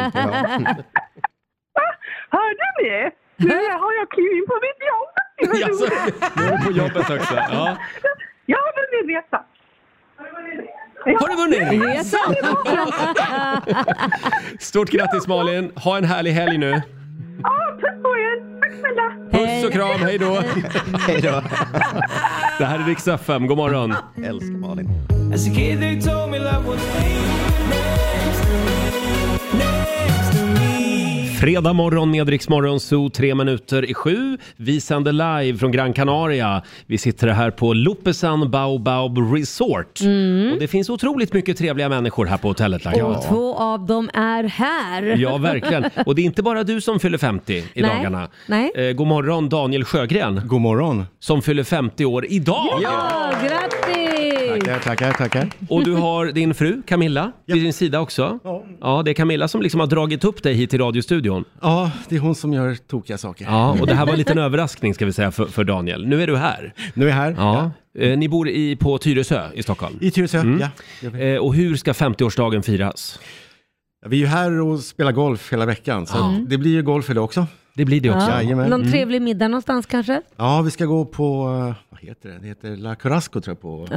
Speaker 14: Hörde ni? Nu har jag klivit in på mitt jobb. Det var
Speaker 1: Jaså,
Speaker 14: roligt.
Speaker 1: Du är på jobbet också. Ja.
Speaker 14: Jag har vunnit resa.
Speaker 1: Har du vunnit?
Speaker 2: Resa.
Speaker 1: Stort grattis Malin, ha en härlig helg nu.
Speaker 14: Ja, puss på er. Tack snälla.
Speaker 1: Puss och kram, hej då! Hej då! Det här är Rix FM, god morgon.
Speaker 5: Älskar Malin.
Speaker 6: As a kid they told me love was next to me, next to me.
Speaker 1: Fredag morgon med Rix Morgon Zoo, tre minuter i sju. Vi sänder live från Gran Canaria. Vi sitter här på Lopesan Baobab Resort. Och det finns otroligt mycket trevliga människor här på hotellet Laila.
Speaker 2: Mm. Och två av dem är här.
Speaker 1: Ja, verkligen. Och det är inte bara du som fyller 50 i
Speaker 2: Nej,
Speaker 1: dagarna.
Speaker 2: nej.
Speaker 1: Eh, god morgon Daniel Sjögren. God morgon. Som fyller 50 år idag.
Speaker 2: Ja, grattis!
Speaker 1: Tackar, tackar, tackar. Och du har din fru Camilla vid din sida också. Ja. det är Camilla som liksom har dragit upp dig hit till radiostudion.
Speaker 15: Ja, det är hon som gör tokiga saker.
Speaker 1: Ja, och det här var en liten överraskning ska vi säga för, för Daniel. Nu är du här. Nu är jag här. Ja. Eh, Ni bor i, på Tyresö i Stockholm.
Speaker 15: I Tyresö, ja.
Speaker 1: Eh, Och hur ska 50-årsdagen firas?
Speaker 15: Vi är ju här och spelar golf hela veckan, så
Speaker 2: Ja.
Speaker 15: det blir ju golf idag också.
Speaker 1: Det blir det
Speaker 15: Jajamän. Mm.
Speaker 2: Någon trevlig middag någonstans kanske?
Speaker 15: Ja, vi ska gå på, eh, vad heter det, det heter La Carrasco tror jag på,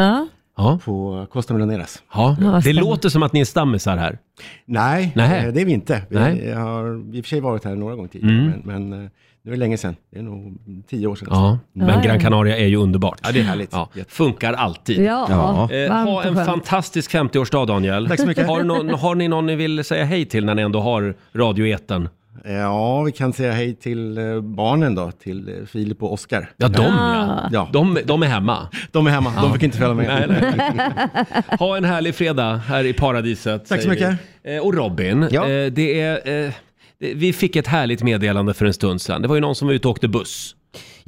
Speaker 2: Ja.
Speaker 15: på Costa Milaneras.
Speaker 1: Ja,
Speaker 15: Ja,
Speaker 1: det
Speaker 15: stämmer.
Speaker 1: låter som att ni är stammisar här.
Speaker 15: Nej,
Speaker 1: Nej.
Speaker 15: eh, det är vi inte. Vi
Speaker 1: Nej.
Speaker 15: har i och för sig varit här några gånger tidigare,
Speaker 1: Mm.
Speaker 15: men, men eh, nu är det länge sedan. Det är nog tio år sedan.
Speaker 1: Ja, Typ men Gran Canaria är ju underbart.
Speaker 15: Ja, det är härligt.
Speaker 1: funkar alltid.
Speaker 15: Ja, Ja.
Speaker 1: Eh,
Speaker 15: varmt
Speaker 1: ha
Speaker 15: och
Speaker 1: en
Speaker 15: skönt.
Speaker 1: fantastisk 50-årsdag Daniel.
Speaker 15: Tack så mycket.
Speaker 1: Har, någon, har ni någon ni vill säga hej till när ni ändå har radioeten?
Speaker 15: Ja, vi kan säga hej till eh, barnen då, till eh, Filip och Oskar.
Speaker 1: Ja, de
Speaker 15: Ah.
Speaker 1: ja. De, de är hemma.
Speaker 15: De är hemma,
Speaker 1: Ja.
Speaker 15: de fick inte följa med.
Speaker 1: Nej, nej. Ha en härlig fredag här i paradiset.
Speaker 15: Tack så
Speaker 1: säger
Speaker 15: mycket.
Speaker 1: vi. Eh, Och Robin, eh, det är... eh, det- Vi fick ett härligt meddelande för en stund sedan. Det var ju någon som var ute och åkte buss.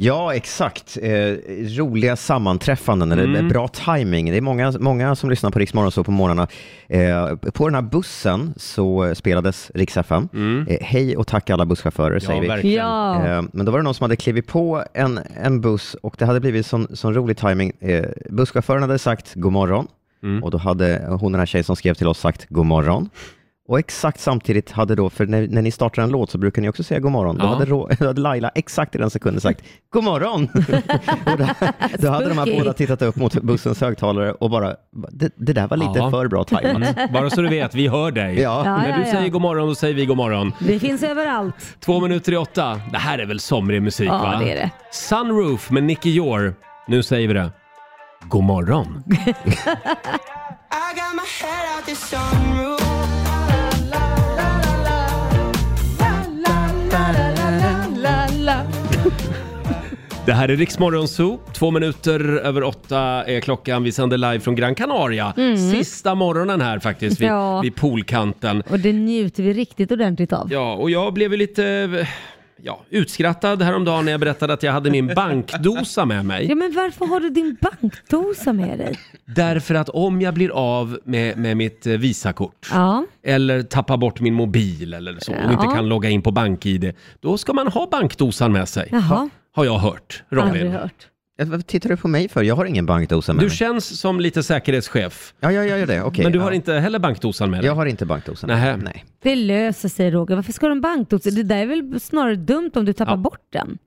Speaker 5: Ja, exakt. Eh, roliga sammanträffanden, eller
Speaker 1: Mm.
Speaker 5: bra timing. Det är många, många som lyssnar på Rix Morgon så på morgnarna. Eh, på den här bussen så eh, spelades Rix FM.
Speaker 1: Mm.
Speaker 5: Eh, hej och tack alla busschaufförer, säger vi.
Speaker 2: verkligen. Ja.
Speaker 5: Eh, men då var det någon som hade klivit på en, en buss och det hade blivit sån, sån rolig timing. Eh, busschauffören hade sagt god morgon
Speaker 1: Mm.
Speaker 5: och då hade hon, den här tjejen som skrev till oss, sagt god morgon. Och exakt samtidigt hade då, för när, när ni startar en låt så brukar ni också säga god morgon.
Speaker 1: Ja.
Speaker 5: Då hade, Rå, då hade Laila exakt i den sekunden sagt god morgon. och då, då hade de här
Speaker 1: Spooky.
Speaker 5: båda tittat upp mot bussens högtalare och bara, det, det där var lite
Speaker 1: Ja.
Speaker 5: för bra tajmat.
Speaker 1: Mm. Bara så du vet, vi hör dig.
Speaker 5: Ja. Ja,
Speaker 1: När du
Speaker 2: ja, ja.
Speaker 1: säger god morgon, då säger vi god morgon.
Speaker 2: Det finns överallt.
Speaker 1: Två minuter i åtta. Det här är väl somrig musik
Speaker 2: Ja,
Speaker 1: va?
Speaker 2: det är det.
Speaker 1: Sunroof med Nicky Jor. Nu säger vi det. God morgon.
Speaker 6: I got my head out the sunroof.
Speaker 1: Det här är Riksmorgon Zoo. Två minuter över åtta är klockan. Vi sänder live från Gran Canaria.
Speaker 2: Mm.
Speaker 1: Sista morgonen här faktiskt vid,
Speaker 2: Ja.
Speaker 1: vid poolkanten.
Speaker 2: Och det njuter vi riktigt ordentligt av.
Speaker 1: Ja, och jag blev ju lite eh, ja, utskrattad häromdagen när jag berättade att jag hade min bankdosa med mig.
Speaker 2: Ja, men varför har du din bankdosa med dig?
Speaker 1: Därför att om jag blir av med, med mitt eh, Visakort
Speaker 2: Ja.
Speaker 1: eller tappar bort min mobil eller så och inte
Speaker 2: Ja.
Speaker 1: kan logga in på BankID, då ska man ha bankdosan med sig.
Speaker 2: Jaha.
Speaker 1: Har jag hört, Robin.
Speaker 2: hört.
Speaker 5: Varför tittar du på mig för? Jag har ingen bankdosa med
Speaker 1: Du
Speaker 5: mig.
Speaker 1: känns som lite säkerhetschef.
Speaker 5: Ja, ja, jag gör det. Okej,
Speaker 1: Men du har
Speaker 5: ja.
Speaker 1: inte heller bankdosan med dig?
Speaker 5: Jag har inte bankdosan
Speaker 1: Nähä.
Speaker 5: Nej.
Speaker 2: Det löser sig Roger. Varför ska du ha en bankdosa? Det där är väl snarare dumt om du tappar
Speaker 1: Ja.
Speaker 2: bort den?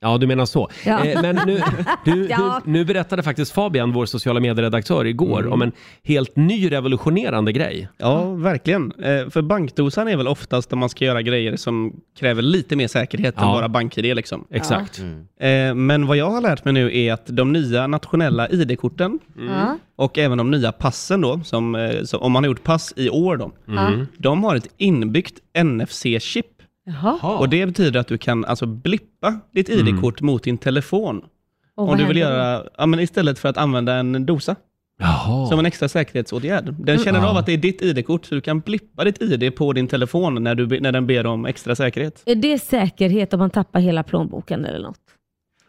Speaker 1: Ja, du menar så.
Speaker 2: Ja.
Speaker 1: Eh, Men nu, du,
Speaker 2: Ja.
Speaker 1: du, nu berättade faktiskt Fabian, vår sociala medieredaktör, igår
Speaker 5: Mm.
Speaker 1: om en helt ny revolutionerande grej.
Speaker 8: Ja, verkligen. Eh, För bankdosan är väl oftast när man ska göra grejer som kräver lite mer säkerhet än
Speaker 1: Ja.
Speaker 8: bara bank-id. Liksom.
Speaker 1: Exakt.
Speaker 8: Eh, Men vad jag har lärt mig nu är att de nya nationella id-korten
Speaker 1: Ja.
Speaker 8: och även de nya passen då, som, eh, så om man har gjort pass i år då,
Speaker 6: Mm.
Speaker 8: de har ett inbyggt NFC-chip.
Speaker 6: Jaha.
Speaker 8: Och det betyder att du kan alltså blippa ditt
Speaker 1: Mm.
Speaker 8: id-kort mot din telefon.
Speaker 6: Och vad
Speaker 8: om du vill
Speaker 6: händer då?
Speaker 8: göra, ja, men istället för att använda en dosa. Som en extra säkerhetsåtgärd. Den känner
Speaker 2: Mm.
Speaker 8: av att det är ditt ID-kort, så du kan blippa ditt ID på din telefon när, du, be- när den ber om extra säkerhet.
Speaker 2: Är det säkerhet om man tappar hela plånboken eller något?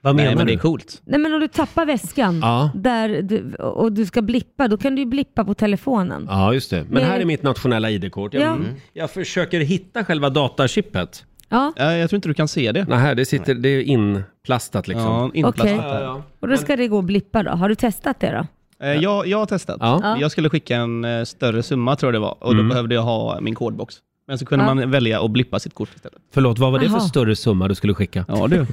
Speaker 8: Vad
Speaker 1: menar
Speaker 8: Nej, men
Speaker 1: du?
Speaker 8: det är coolt.
Speaker 2: Nej men om du tappar väskan
Speaker 1: Ja.
Speaker 2: där du, och du ska blippa, då kan du ju blippa på telefonen.
Speaker 1: Ja, just det. Men
Speaker 2: Nej.
Speaker 1: här är mitt nationella ID-kort. Jag,
Speaker 2: Ja.
Speaker 1: Mm. jag försöker hitta själva datachippet.
Speaker 2: Ja.
Speaker 8: Jag tror inte du kan se det.
Speaker 1: Nej, det, sitter, det är inplastat liksom.
Speaker 8: Ja,
Speaker 2: Okej.
Speaker 8: Ja, ja.
Speaker 2: Och då ska det gå att blippa då? Har du testat det då?
Speaker 8: Eh, Jag, jag har testat.
Speaker 2: Ja. Ja.
Speaker 8: Jag skulle skicka en eh, större summa tror jag det var och
Speaker 1: Mm.
Speaker 8: då behövde jag ha min kodbox. Men så kunde
Speaker 2: Ja.
Speaker 8: man välja att blippa sitt kort istället.
Speaker 1: Förlåt, vad var det för
Speaker 2: Aha.
Speaker 1: större summa du skulle skicka?
Speaker 8: Ja, du.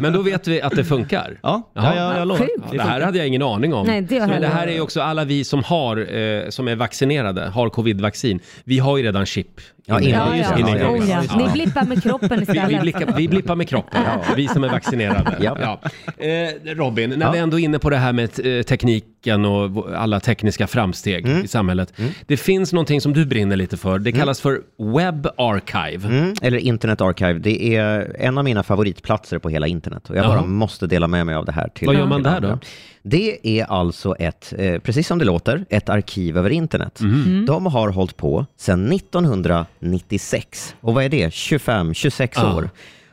Speaker 1: Men då vet vi att det funkar.
Speaker 8: Ja, ja, ja, jag lovar.
Speaker 1: Ja,
Speaker 8: Sjukt.
Speaker 1: Det här hade jag ingen aning om.
Speaker 2: Nej, inte jag
Speaker 1: Men det
Speaker 2: heller.
Speaker 1: här är ju också alla vi som har, eh, som är vaccinerade, har covid-vaccin. Vi har ju redan chip.
Speaker 5: Ja,
Speaker 1: inne-
Speaker 5: ja, ja.
Speaker 1: inne i
Speaker 5: Ja,
Speaker 1: kroppen.
Speaker 5: ja.
Speaker 2: Oh, Ni blippar med kroppen
Speaker 1: Vi,
Speaker 2: istället.
Speaker 1: vi, blickar, vi blippar med kroppen, vi som är vaccinerade.
Speaker 5: Ja.
Speaker 1: Eh, Robin, när vi ändå är inne på det här med eh, tekniken och v- alla tekniska framsteg
Speaker 5: Mm.
Speaker 1: i samhället. Det finns någonting som du brinner lite för. Det kallas för Web Archive.
Speaker 5: Mm, eller Internet Archive. Det är en av mina favoritplatser på hela internet och jag
Speaker 1: Jaha.
Speaker 5: bara måste dela med mig av det här. Till
Speaker 1: Vad gör man
Speaker 5: till
Speaker 1: där
Speaker 5: andra.
Speaker 1: då?
Speaker 5: Det är alltså ett, eh, precis som det låter, ett arkiv över internet. De har hållit på sedan 1996. Och vad är det? 25, 26
Speaker 1: Ja.
Speaker 5: år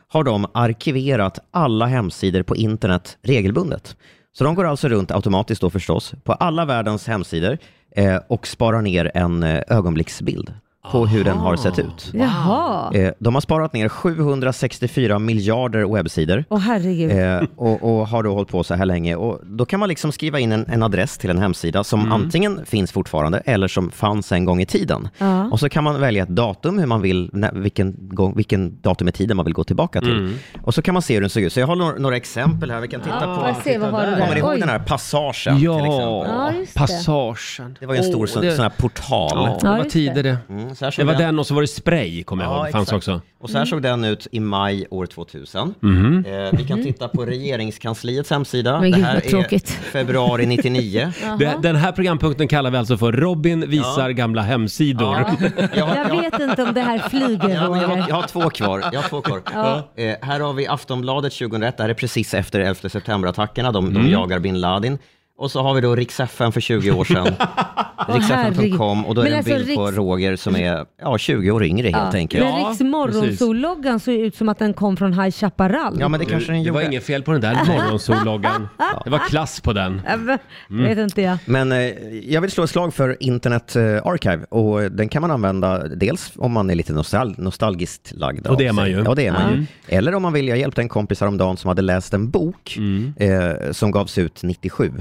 Speaker 5: har de arkiverat alla hemsidor på internet regelbundet. Så de går alltså runt automatiskt då förstås på alla världens hemsidor eh, och sparar ner en eh, ögonblicksbild på hur den har sett ut.
Speaker 2: Jaha.
Speaker 5: Eh, De har sparat ner 764 miljarder webbsidor.
Speaker 2: Åh herregud.
Speaker 5: Eh, och, och har då hållit på så här länge. Och då kan man liksom skriva in en, en adress till en hemsida som
Speaker 2: Mm.
Speaker 5: antingen finns fortfarande eller som fanns en gång i tiden.
Speaker 6: Ja.
Speaker 5: Och så kan man välja ett datum, hur man vill, när, vilken, gång, vilken datum i tiden man vill gå tillbaka till.
Speaker 6: Mm.
Speaker 5: Och så kan man se hur den såg ut. Så jag har några, några exempel här. Vi kan titta
Speaker 2: Ja,
Speaker 5: på...
Speaker 2: jag ser, vad var det där?
Speaker 5: Kommer ni ihåg
Speaker 2: Oj.
Speaker 5: den här passagen?
Speaker 1: Ja.
Speaker 5: till exempel?
Speaker 2: Ja, just det.
Speaker 1: Passagen.
Speaker 5: Det var ju en stor
Speaker 1: Åh,
Speaker 5: sån,
Speaker 1: det-
Speaker 5: sån här portal.
Speaker 1: Ja, det
Speaker 2: Ja,
Speaker 1: var
Speaker 2: just
Speaker 1: tider det.
Speaker 5: Mm, så här
Speaker 1: det
Speaker 5: såg
Speaker 1: var
Speaker 5: den-
Speaker 1: den och så var det spray, kommer jag
Speaker 5: Ja,
Speaker 1: ihåg. Fanns
Speaker 5: exakt.
Speaker 1: också.
Speaker 5: Och så här såg den ut i maj år 2000.
Speaker 1: Mhm.
Speaker 5: Eh, vi kan titta på regeringskansliets hemsida.
Speaker 2: Men
Speaker 5: det
Speaker 2: gud,
Speaker 5: här
Speaker 2: vad tråkigt.
Speaker 5: är februari 99.
Speaker 1: Det- Den här programpunkten kallar vi alltså för Robin visar gamla hemsidor.
Speaker 2: Jag vet inte om det här flyger
Speaker 5: Ja, men jag, har,
Speaker 2: Roger.
Speaker 5: jag har två kvar. Jag har två kvar.
Speaker 2: Ja.
Speaker 5: Eh, här har vi Aftonbladet 2001. Det här är precis efter 11 september-attackerna. De,
Speaker 1: Mm.
Speaker 5: de jagar bin Laden. Och så har vi då Rix FM för 20 år sedan. Riksfn.com och då är
Speaker 2: Men
Speaker 5: det en
Speaker 2: alltså,
Speaker 5: bild på
Speaker 2: Riks-
Speaker 5: Roger som är ja, 20 år yngre helt enkelt.
Speaker 2: Men Riks morgonsol-loggan såg ju ut som att den kom från High Chaparral.
Speaker 5: Ja, men det kanske den
Speaker 1: Det var
Speaker 5: gjorde.
Speaker 1: inget fel på den där morgonsolloggan. Det var klass på den.
Speaker 2: Äh, va?
Speaker 1: Mm.
Speaker 2: vet inte jag.
Speaker 5: Men eh, jag vill slå ett slag för Internet eh, Archive och eh, den kan man använda dels om man är lite nostal nostalgiskt lagd.
Speaker 1: Och det
Speaker 5: av
Speaker 1: är man
Speaker 5: sig.
Speaker 1: ju. Mm.
Speaker 5: Ja, det är man
Speaker 1: Ja.
Speaker 5: ju. Eller om man vill, jag hjälpte en kompis häromdagen som hade läst en bok
Speaker 1: Mm.
Speaker 5: eh, som gavs ut 97.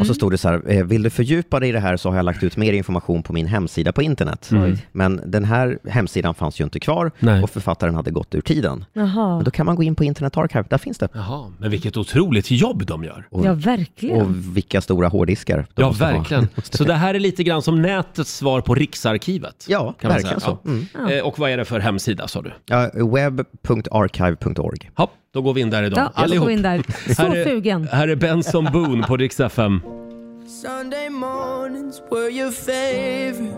Speaker 5: Och så stod det så här, eh, vill du fördjupa dig i det här så har jag lagt ut mer information på min hemsida på internet.
Speaker 1: Mm. Oj.
Speaker 5: Men den här hemsidan fanns ju inte kvar
Speaker 1: Nej.
Speaker 5: och författaren hade gått ur tiden.
Speaker 2: Jaha.
Speaker 5: Men då kan man gå in på Internet Archive, där finns det.
Speaker 1: Jaha, men vilket otroligt jobb de gör.
Speaker 5: Och,
Speaker 2: Ja, verkligen.
Speaker 5: och vilka stora hårddiskar de
Speaker 1: Ja,
Speaker 5: måste ha.
Speaker 1: verkligen. Så det här är lite grann som nätets svar på Riksarkivet.
Speaker 5: Ja,
Speaker 1: kan man
Speaker 5: verkligen
Speaker 1: säga.
Speaker 5: så. Mm.
Speaker 1: Ja. Eh, Och vad är det för hemsida sa du?
Speaker 5: Ja, web.archive.org.
Speaker 1: Ja, då går vi in där idag.
Speaker 2: Ja, då går
Speaker 1: Allihop.
Speaker 2: vi Alltså, in där. Så
Speaker 1: Här är-
Speaker 2: sugen.
Speaker 1: Här är Benson Boone på Rix FM.
Speaker 6: Sunday mornings were your favorite.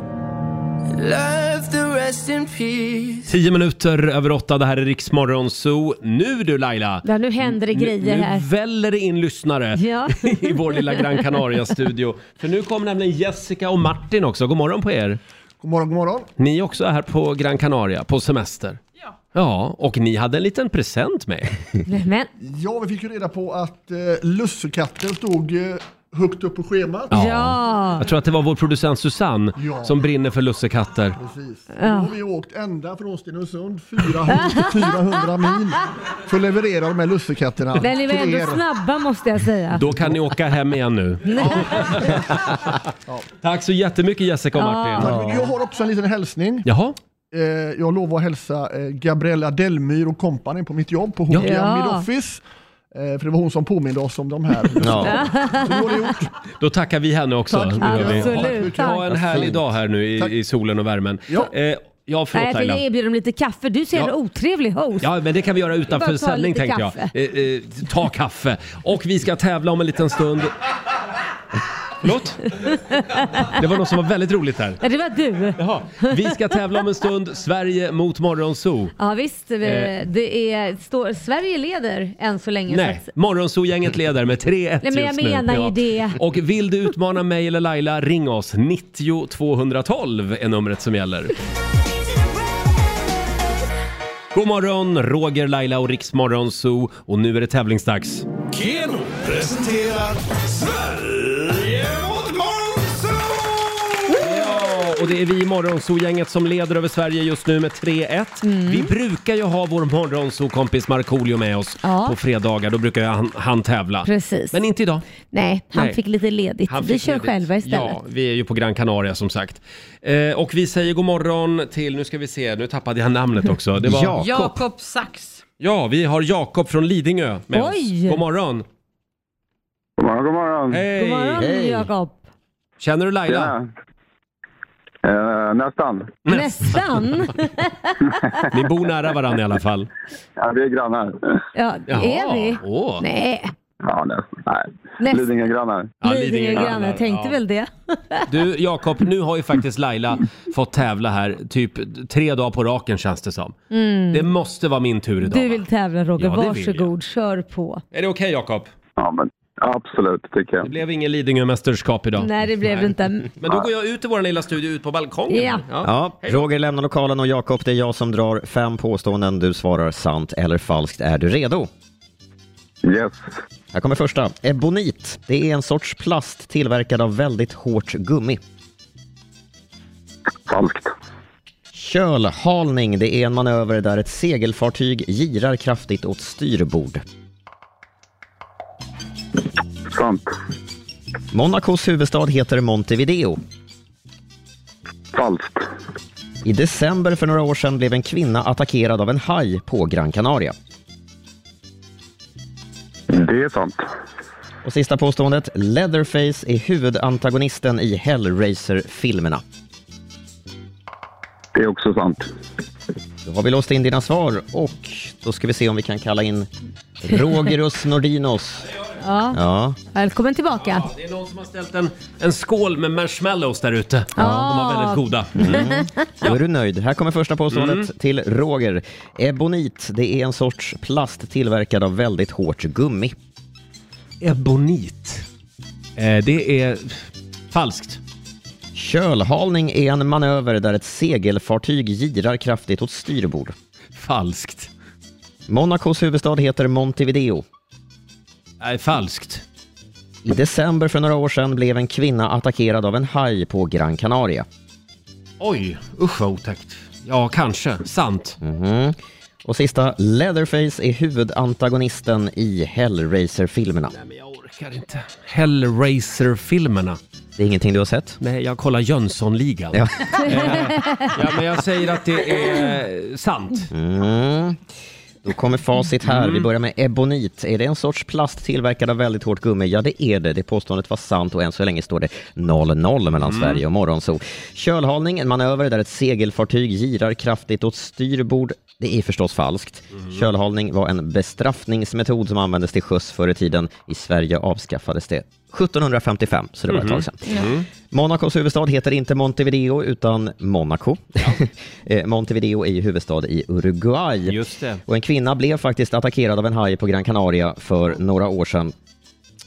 Speaker 6: Love the rest in peace.
Speaker 1: Tio minuter över åtta, det här är Riksmorgon Zoo. Nu du Laila!
Speaker 2: Ja, nu händer det grejer
Speaker 1: nu
Speaker 2: här.
Speaker 1: väller det in lyssnare
Speaker 2: Ja.
Speaker 1: i vår lilla Gran Canaria-studio. För nu kommer nämligen Jessica och Martin också. God morgon på er!
Speaker 16: God morgon, god morgon.
Speaker 1: Ni är också här på Gran Canaria på semester. Ja. Ja, och ni hade en liten present med er.
Speaker 2: Men,
Speaker 16: Ja, vi fick ju reda på att eh, lussekatten stod eh, högt upp på schemat.
Speaker 2: ja.
Speaker 1: Jag tror att det var vår producent Susanne
Speaker 16: Ja.
Speaker 1: som brinner för lussekatter.
Speaker 16: Precis. Då har vi åkt ända från Stenungsund, 400, 400 mil, för att leverera de här lussekatterna
Speaker 2: Men ni var
Speaker 16: till
Speaker 2: ändå
Speaker 16: er.
Speaker 2: snabba måste jag säga.
Speaker 1: Då kan ni åka hem igen nu. Tack så jättemycket Jessica och
Speaker 16: Tack så
Speaker 1: Martin.
Speaker 16: mycket. Jag har också en liten hälsning.
Speaker 1: Jaha?
Speaker 16: Eh, jag lovade att hälsa eh, Gabriella Delmyr och kompani på mitt jobb på Hokia
Speaker 1: Ja.
Speaker 16: Mid Office. Eh, för det var hon som påminde oss om de här.
Speaker 1: Ja. Då tackar vi henne också.
Speaker 16: Tack så
Speaker 1: Det gör vi.
Speaker 16: mycket. Absolut, tack.
Speaker 1: Ha en härlig
Speaker 16: Fint.
Speaker 1: dag här nu i, i solen och värmen. Ja, eh, ja
Speaker 2: Nej,
Speaker 1: förlåt
Speaker 2: jag tänkte
Speaker 1: Laila.
Speaker 2: erbjuda dem lite kaffe. Du ser
Speaker 1: Ja.
Speaker 2: en otrevlig host.
Speaker 1: Ja, men det kan vi göra
Speaker 2: Bara
Speaker 1: utanför
Speaker 2: ta
Speaker 1: sändning
Speaker 2: lite
Speaker 1: tänkte jag.
Speaker 2: kaffe.
Speaker 1: Eh, eh, ta kaffe. Och vi ska tävla om en liten stund. Förlåt? Det var något som var väldigt roligt här.
Speaker 2: Ja, det var du.
Speaker 1: Vi ska tävla om en stund. Sverige mot Morgonzoo.
Speaker 2: Ja visst, eh,
Speaker 1: Eh.
Speaker 2: det är, står, Sverige leder än så länge.
Speaker 1: Nej,
Speaker 2: Så att,
Speaker 1: Morgonzoo-gänget leder med 3-1
Speaker 2: Nej, men jag
Speaker 1: just nu.
Speaker 2: menar ju det.
Speaker 1: Och vill du utmana mig eller Laila, ring oss. 90 212 är numret som gäller. God morgon, Roger, Laila och Riksmorgonzoo. Och nu är det tävlingsdags.
Speaker 6: Keno presenterar Sverige mot
Speaker 1: Ja, och det är vi i Morgonzoo-gänget som leder över Sverige just nu med 3-1.
Speaker 2: Mm.
Speaker 1: Vi brukar ju ha vår Morgonzoo-kompis Markoolio med oss
Speaker 2: Ja.
Speaker 1: på fredagar. Då brukar ju han, han tävla.
Speaker 2: Precis.
Speaker 1: Men inte idag.
Speaker 2: Nej, han
Speaker 1: Nej.
Speaker 2: fick lite ledigt.
Speaker 1: Han
Speaker 2: Vi
Speaker 1: fick
Speaker 2: kör
Speaker 1: ledigt.
Speaker 2: själva istället.
Speaker 1: Ja, vi är ju på Gran Canaria som sagt. Eh, och vi säger god morgon till, nu ska vi se, nu tappade jag namnet också. Det var Jakob.
Speaker 7: Jakob Sax.
Speaker 1: Ja, vi har Jakob från Lidingö med
Speaker 7: Oj!
Speaker 1: oss. God morgon. God morgon, god morgon. Hej.
Speaker 2: God morgon
Speaker 1: Hej.
Speaker 2: Jakob.
Speaker 1: Känner du Laila? Eh, nästan.
Speaker 2: Nästan.
Speaker 1: Ni bor nära varandra i alla fall. Ja, vi är grannar.
Speaker 2: ja, är vi?
Speaker 1: Åh.
Speaker 2: Nej,
Speaker 1: Ja, nästan.
Speaker 2: Näst-
Speaker 1: Lidingö-grannar. Ja,
Speaker 2: Lidingö grannar. Jag tänkte
Speaker 1: ja.
Speaker 2: väl det.
Speaker 1: Du Jakob, nu har ju faktiskt Laila fått tävla här typ tre dagar på raken känns det som.
Speaker 2: Mm.
Speaker 1: Det måste vara min tur idag.
Speaker 2: Du
Speaker 1: va?
Speaker 2: vill tävla Roger,
Speaker 1: Ja, det vill
Speaker 2: varsågod. Kör på.
Speaker 1: Är det okej Jakob? Ja, men absolut tycker jag. Det blev ingen Lidingö-mästerskap idag.
Speaker 2: Nej, det blev det inte.
Speaker 1: Men då går jag ut i vår lilla studio, ut på balkongen.
Speaker 2: Ja.
Speaker 5: Ja, Roger lämnar lokalen och Jakob, det är jag som drar fem påståenden. Du svarar sant eller falskt. Är du redo? Yes. Här kommer första. Ebonit, det är en sorts plast tillverkad av väldigt hårt gummi. Falskt. Kölhalning, det är en manöver där ett segelfartyg girar kraftigt åt styrbord. Sant. Monacos huvudstad heter Montevideo. Falskt. I december för några år sedan blev en kvinna attackerad av en haj på Gran Canaria. Det är sant. Och sista påståendet. Leatherface är huvudantagonisten i Hellraiser-filmerna. Det är också sant. Då har vi låst in dina svar och då ska vi se om vi kan kalla in Rogerus Nordinos.
Speaker 2: Ja.
Speaker 5: Ja.
Speaker 2: Välkommen tillbaka.
Speaker 1: Det är någon som har ställt en, en skål med marshmallows där ute. De var väldigt goda.
Speaker 5: Mm. Då är du nöjd. Här kommer första påståendet
Speaker 1: Mm.
Speaker 5: till Roger. Ebonit, det är en sorts plast tillverkad av väldigt hårt gummi.
Speaker 1: Ebonit. Eh, det är falskt.
Speaker 5: Kölhalning är en manöver där ett segelfartyg girar kraftigt åt styrbord.
Speaker 1: Falskt.
Speaker 5: Monacos huvudstad heter Montevideo.
Speaker 1: Nej, falskt.
Speaker 5: I december för några år sedan blev en kvinna attackerad av en haj på Gran Canaria.
Speaker 1: Oj, usch vad otäckt. Ja, kanske. Sant.
Speaker 5: Mhm. Och sista, Leatherface är huvudantagonisten i Hellraiser-filmerna.
Speaker 1: Orkar inte. Hellraiser-filmerna.
Speaker 5: Det är ingenting du har sett?
Speaker 1: Nej, jag kollar Jönssonligan. Eh,
Speaker 5: Ja.
Speaker 1: ja, men jag säger att det är Eh, sant. Mm.
Speaker 5: Mm. Då kommer facit här. Vi börjar med ebonit. Är det en sorts plast tillverkad av väldigt hårt gummi? Ja, det är det. Det påståendet var sant och än så länge står det 0-0 mellan
Speaker 1: Mm.
Speaker 5: Sverige och Morgonzoo. Kölhalning, en manöver där ett segelfartyg girar kraftigt åt styrbord. Det är förstås falskt.
Speaker 1: Mm.
Speaker 5: Kölhalning var en bestraffningsmetod som användes till sjöss förr i tiden. I Sverige avskaffades det 1755, så det var ett
Speaker 1: Mhm.
Speaker 5: tag sedan.
Speaker 1: Mm.
Speaker 5: Monacos huvudstad heter inte Montevideo utan Monaco. Eh, Montevideo är ju huvudstad i Uruguay.
Speaker 1: Just det.
Speaker 5: Och en kvinna blev faktiskt attackerad av en haj på Gran Canaria för några år sedan.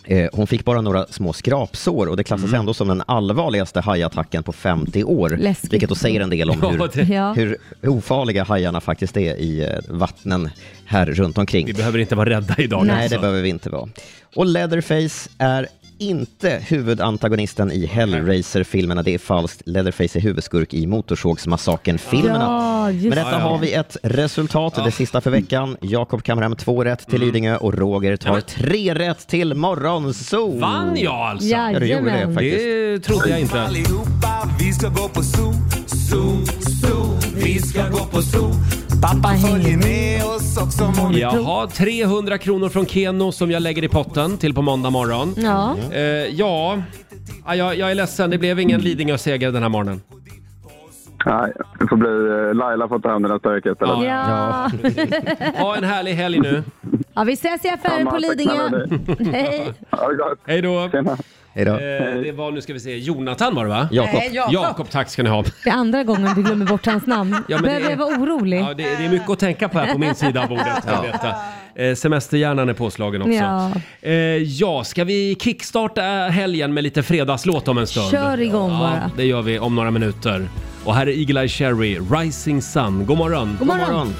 Speaker 5: Eh, Hon fick bara några små skrapsår och det klassas
Speaker 1: Mm.
Speaker 5: ändå som den allvarligaste hajattacken på 50 år.
Speaker 1: Läskigt.
Speaker 5: Vilket då säger en del om
Speaker 1: Ja,
Speaker 5: hur,
Speaker 1: det- Ja.
Speaker 5: hur ofarliga hajarna faktiskt är i eh, vattnen här runt omkring.
Speaker 1: Vi behöver inte vara rädda idag
Speaker 5: Nej,
Speaker 1: alltså.
Speaker 5: det behöver vi inte vara. Och Leatherface är inte huvudantagonisten i Hellraiser-filmerna. Det är falskt. Leatherface är huvudskurk i Motorsågsmassakern-filmerna.
Speaker 6: Ja, just
Speaker 5: Men detta
Speaker 6: det.
Speaker 5: har vi ett resultat, det sista för veckan. Jakob kammar hem två rätt
Speaker 1: Mm.
Speaker 5: till Lidingö och Roger tar tre rätt till Morgonzoo.
Speaker 1: Vann jag alltså?
Speaker 5: Ja, du gjorde det faktiskt.
Speaker 1: Det trodde jag inte.
Speaker 6: Allihopa, vi ska gå på zoo, zoo, zoo. Vi ska gå på zoo. Pappa hänger med oss också må ni tro.
Speaker 1: Jaha, 300 kronor från Keno som jag lägger i potten till på måndag morgon.
Speaker 2: Ja.
Speaker 1: Eh, ja. Ja, jag, jag är ledsen, det blev ingen Lidingö-seger den här morgonen.
Speaker 17: Nej, det får bli eh, Laila får ta hand om det här stöket. Eller?
Speaker 2: Ja.
Speaker 1: Ha en härlig helg nu.
Speaker 2: ja, vi ses i affären på Lidingö. Hej.
Speaker 1: Hej då. Eh,
Speaker 5: Hej då.
Speaker 1: det var, nu ska vi se, Jonathan var det va? Eh,
Speaker 2: Jakob. Nej, Jakob.
Speaker 1: Jakob, tack ska ni ha.
Speaker 2: Det är andra gången du glömmer bort hans namn.
Speaker 1: Ja, men
Speaker 2: Behöver
Speaker 1: det är-
Speaker 2: jag vara orolig?
Speaker 1: Ja, det, det är mycket att tänka på här på min sida av bordet.
Speaker 2: Ja.
Speaker 1: Ja. Detta. Eh, semesterhjärnan är påslagen också.
Speaker 2: Ja.
Speaker 1: Eh, ja, ska vi kickstarta helgen med lite fredagslåt om en stund?
Speaker 2: Kör igång bara.
Speaker 1: Ja, det gör vi om några minuter. Och här är Eagle-Eye Cherry, Rising Sun. God morgon!
Speaker 2: God morgon. God morgon.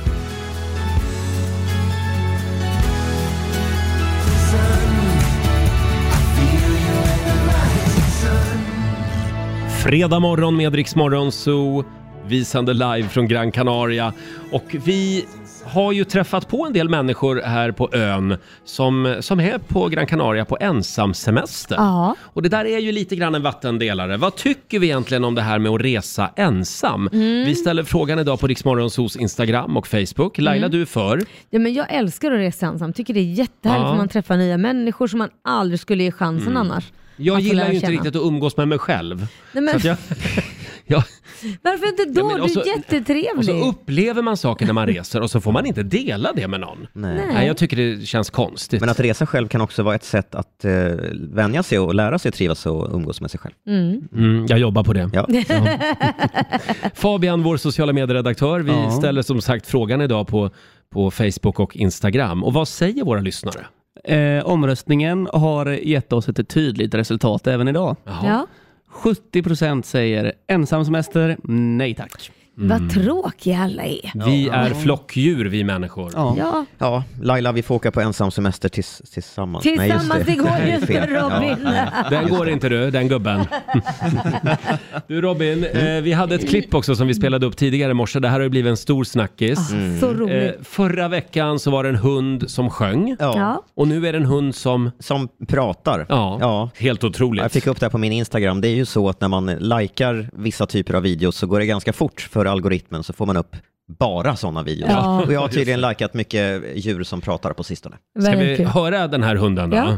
Speaker 1: Fredag morgon med Rix Morgon Zoo. Vi sänder live från Gran Canaria. Och vi har ju träffat på en del människor här på ön som, som är på Gran Canaria på ensamsemester.
Speaker 2: Ja.
Speaker 1: Och det där är ju lite grann en vattendelare. Vad tycker vi egentligen om det här med att resa ensam?
Speaker 2: Mm.
Speaker 1: Vi ställer frågan idag på Rix Morgon Zoos Instagram och Facebook. Laila,
Speaker 2: Mm.
Speaker 1: du är för.
Speaker 2: Ja, men jag älskar att resa ensam. Tycker det är jättehärligt
Speaker 1: Ja.
Speaker 2: att man träffar nya människor som man aldrig skulle ge chansen
Speaker 1: Mm.
Speaker 2: annars.
Speaker 1: Jag
Speaker 2: Att få
Speaker 1: gillar
Speaker 2: lära
Speaker 1: ju inte
Speaker 2: känna.
Speaker 1: riktigt att umgås med mig själv.
Speaker 2: Nej, men-
Speaker 1: Så att jag, jag,
Speaker 2: Varför inte
Speaker 1: Ja,
Speaker 2: då?
Speaker 1: men alltså, och
Speaker 2: du
Speaker 1: så-
Speaker 2: är jättetrevlig.
Speaker 1: Och så upplever man saker när man reser och så får man inte dela det med någon.
Speaker 5: Nej.
Speaker 1: Nej, jag tycker det känns konstigt.
Speaker 5: Men att resa själv kan också vara ett sätt att eh, vänja sig och lära sig trivas och umgås med sig själv.
Speaker 2: Mm.
Speaker 1: jag jobbar på det.
Speaker 5: Ja.
Speaker 1: Fabian, vår sociala medieredaktör, vi
Speaker 5: Ja.
Speaker 1: ställer som sagt frågan idag på, på Facebook och Instagram. Och vad säger våra lyssnare?
Speaker 8: Eh, omröstningen har gett oss ett tydligt resultat även idag.
Speaker 2: Ja.
Speaker 8: 70% säger ensamsemester, nej tack.
Speaker 1: Mm.
Speaker 2: Vad tråkiga alla är.
Speaker 1: Vi är flockdjur vi människor.
Speaker 2: Ja. Ja.
Speaker 5: Ja, Laila, vi får åka på ensam semester tills, tillsammans.
Speaker 2: Tillsammans, det går
Speaker 5: här
Speaker 2: ju
Speaker 5: är
Speaker 2: inte,
Speaker 5: fel.
Speaker 2: Robin.
Speaker 1: Den går inte du, den gubben. Du Robin,
Speaker 2: Mm.
Speaker 1: eh, vi hade ett klipp också som vi spelade upp tidigare i morse. Det här har ju blivit en stor snackis.
Speaker 2: Ah, så roligt.
Speaker 1: Eh, Förra veckan så var det en hund som sjöng.
Speaker 2: Ja.
Speaker 1: Och nu är det en hund som...
Speaker 5: Som pratar.
Speaker 1: Ja, helt otroligt.
Speaker 5: Jag fick upp det här på min Instagram. Det är ju så att när man likar vissa typer av videos så går det ganska fort för algoritmen så får man upp bara sådana videos.
Speaker 1: Ja.
Speaker 5: Och jag har tydligen likat mycket djur som pratar på sistone.
Speaker 1: Ska vi höra den här hunden då?
Speaker 5: Ja.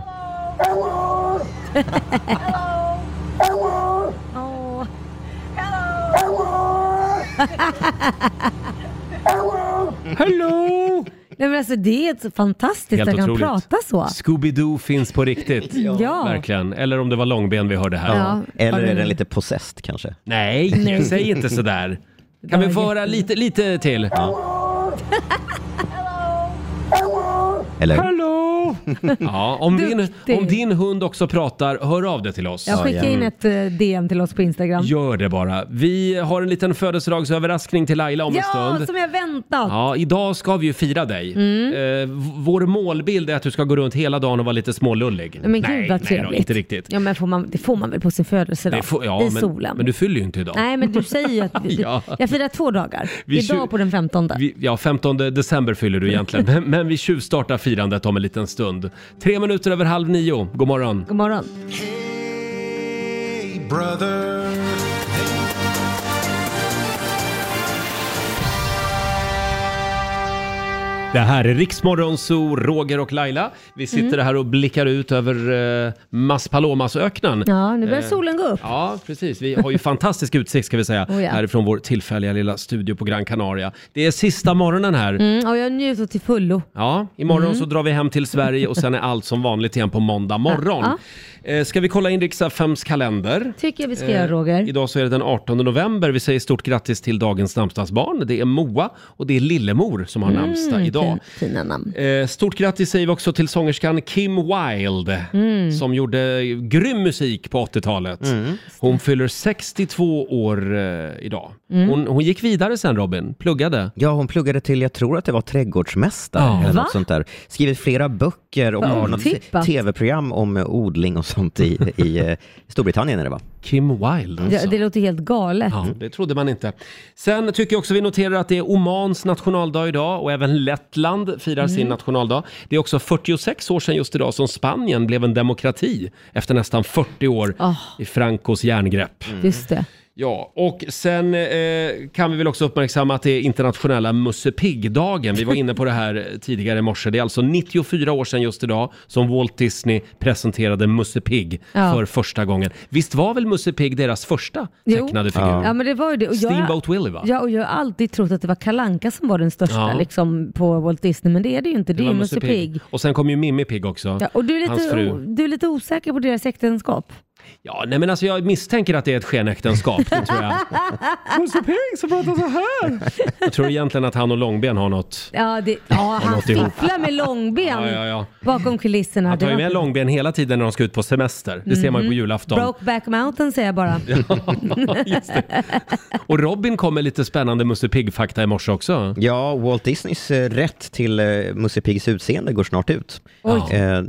Speaker 1: Hello!
Speaker 2: Nej, men alltså, det är så fantastiskt
Speaker 1: Helt
Speaker 2: att han
Speaker 1: otroligt.
Speaker 2: prata så.
Speaker 1: Scooby-Doo finns på riktigt.
Speaker 2: Ja.
Speaker 1: Verkligen. Eller om det var långben vi hörde här.
Speaker 2: Ja.
Speaker 5: Eller är den lite possessed kanske?
Speaker 1: Nej,
Speaker 5: Nej.
Speaker 1: säg inte sådär. Kan vi få höra lite, lite till?
Speaker 5: Eller?
Speaker 1: Hello! Ja, om, din,
Speaker 2: Duktig.
Speaker 1: om din hund också pratar, hör av dig till oss.
Speaker 2: Jag skickar in ett eh, DM till oss på Instagram.
Speaker 1: Gör det bara. Vi har en liten födelsedagsöverraskning till Laila om en
Speaker 2: Ja,
Speaker 1: stund.
Speaker 2: som jag väntat!
Speaker 1: Ja, idag ska vi ju fira dig.
Speaker 2: Mm.
Speaker 1: Eh, v- vår målbild är att du ska gå runt hela dagen och vara lite smålullig.
Speaker 2: Men gud
Speaker 1: nej,
Speaker 2: vad
Speaker 1: nej då,
Speaker 2: trevligt.
Speaker 1: inte riktigt.
Speaker 2: Ja, men får man, det får man väl på sin födelsedag?
Speaker 1: Det får- ja,
Speaker 2: I
Speaker 1: men,
Speaker 2: solen.
Speaker 1: Men du fyller ju inte idag.
Speaker 2: Nej, men du säger ju att du,
Speaker 1: Ja.
Speaker 2: jag firar två dagar.
Speaker 1: Vi tju-
Speaker 2: Idag på den 15.
Speaker 1: Vi, ja, 15 december fyller du egentligen. Men, men vi tjuvstartar firandet om en liten stund. Tre minuter över halv nio. God morgon.
Speaker 2: God morgon.
Speaker 1: Det här är Riksmorgon Zoo, Roger och Laila. Vi sitter
Speaker 2: Mm.
Speaker 1: här och blickar ut över eh, Mas Palomas-öknen.
Speaker 2: Ja, nu börjar
Speaker 1: Eh,
Speaker 2: solen gå upp.
Speaker 1: Ja, precis. Vi har ju fantastisk utsikt ska vi säga
Speaker 2: Oh ja.
Speaker 1: härifrån vår tillfälliga lilla studio på Gran Canaria. Det är sista morgonen här.
Speaker 2: Mm, och jag njuter till fullo.
Speaker 1: Ja, imorgon
Speaker 2: Mm.
Speaker 1: så drar vi hem till Sverige och sen är allt som vanligt igen på måndag morgon.
Speaker 2: Ja,
Speaker 1: Eh, Ska vi kolla in Rix FMs kalender?
Speaker 2: tycker jag vi ska
Speaker 1: Eh,
Speaker 2: göra Roger.
Speaker 1: Idag så är det den 18 november. Vi säger stort grattis till dagens namnsdagsbarn. Det är Moa och det är Lillemor som har
Speaker 2: Mm,
Speaker 1: namnsdag idag.
Speaker 2: fin- fina namn.
Speaker 1: Eh, Stort grattis säger vi också till sångerskan Kim Wilde
Speaker 2: Mm.
Speaker 1: som gjorde grym musik på 80-talet.
Speaker 5: Mm.
Speaker 1: Hon fyller 62 år eh, idag.
Speaker 5: Mm.
Speaker 1: Hon, hon gick vidare sen Robin, pluggade.
Speaker 5: Ja, hon pluggade till, jag tror att det var trädgårdsmästare
Speaker 1: Ja.
Speaker 5: eller
Speaker 1: Va?
Speaker 5: något sånt där. Skrivit flera böcker och
Speaker 1: Vad
Speaker 5: har något
Speaker 1: otippat.
Speaker 5: tv-program om eh, odling och sånt i, i eh, Storbritannien är det va?
Speaker 1: Kim Wilde
Speaker 2: Ja, det låter helt galet.
Speaker 1: Ja, det trodde man inte. Sen tycker jag också vi noterar att det är Omans nationaldag idag och även Lettland firar sin
Speaker 2: Mm.
Speaker 1: nationaldag. Det är också 46 år sedan just idag som Spanien blev en demokrati efter nästan 40 år
Speaker 2: Ah.
Speaker 1: i Francos järngrepp.
Speaker 2: Just det.
Speaker 1: Ja, och sen eh, kan vi väl också uppmärksamma att det är internationella Musse Pigg-dagen. Vi var inne på det här eh, tidigare i morse. Det är alltså 94 år sedan just idag som Walt Disney presenterade Musse Pigg
Speaker 2: Ja.
Speaker 1: för första gången. Visst var väl Musse Pigg deras första
Speaker 2: Jo.
Speaker 1: tecknade figur?
Speaker 2: Ja. men det var ju det. Och jag-
Speaker 1: Steamboat Willie, va?
Speaker 2: Ja, och jag har alltid trott att det var Kalanka som var den största
Speaker 1: Ja.
Speaker 2: liksom, på Walt Disney, men det är det ju inte. Det, är
Speaker 1: var
Speaker 2: ju Musse Pigg.
Speaker 1: Och sen kom ju Mimmi Pigg också,
Speaker 2: Ja, och du är,
Speaker 1: hans
Speaker 2: lite,
Speaker 1: fru.
Speaker 2: o- du är lite osäker på deras äktenskap.
Speaker 1: Ja, nej men alltså jag misstänker att det är ett skenäktenskap, det tror jag.
Speaker 2: Musse
Speaker 1: Pigg som pratar så här! Jag tror egentligen att han och Långben har något.
Speaker 2: Ja, det, ja
Speaker 1: Har
Speaker 2: han
Speaker 1: något ihop.
Speaker 2: fifflar med långben
Speaker 1: Ja, ja, ja.
Speaker 2: bakom kulisserna.
Speaker 1: Han tar
Speaker 2: Det
Speaker 1: ju
Speaker 2: var-
Speaker 1: med Långben hela tiden när de ska ut på semester. Det ser man ju på
Speaker 2: Mhm.
Speaker 1: julafton.
Speaker 2: Brokeback Mountain säger jag bara.
Speaker 1: Och Robin kom med lite spännande Musse Pigg-fakta i morse också.
Speaker 5: Ja, Walt Disneys eh, rätt till eh, Musse Piggs utseende går snart ut.
Speaker 1: Oj.
Speaker 5: Eh,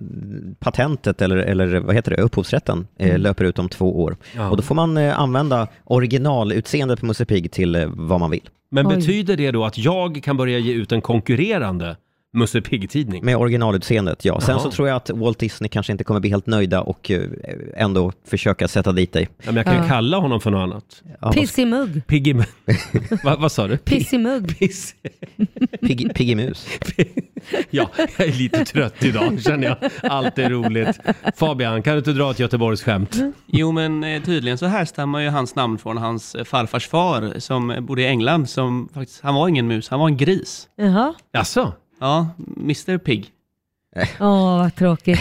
Speaker 5: patentet, eller, eller vad heter det, upphovsrätten, eh,
Speaker 1: Mm.
Speaker 5: löper ut om två år.
Speaker 1: Ja.
Speaker 5: Och då får man eh, använda originalutseendet på Musse Pigg till eh, vad man vill.
Speaker 1: Men betyder det då att jag kan börja ge ut en konkurrerande Musse Pigg-tidning?
Speaker 5: Med originalutseendet, ja. Sen
Speaker 1: Jaha.
Speaker 5: så tror jag att Walt Disney kanske inte kommer bli helt nöjda och eh, ändå försöka sätta dit dig.
Speaker 1: Ja, men jag kan ju
Speaker 2: Ja.
Speaker 1: kalla honom för något annat.
Speaker 2: Pissig mugg.
Speaker 1: Piggy... Va, vad sa du?
Speaker 2: Pissig mugg.
Speaker 5: Pigg- Piggy Mus.
Speaker 1: Ja, jag är lite trött idag känner jag. Allt är roligt. Fabian, kan du inte dra ett Göteborgsskämt?
Speaker 8: Jo, men eh, tydligen så härstammar ju hans namn från hans eh, farfars far som eh, bodde i England. Som faktiskt, han var ingen mus, han var en gris.
Speaker 2: Jaha.
Speaker 1: Jaså?
Speaker 8: Ja, Mr Pig.
Speaker 2: Åh, vad tråkigt.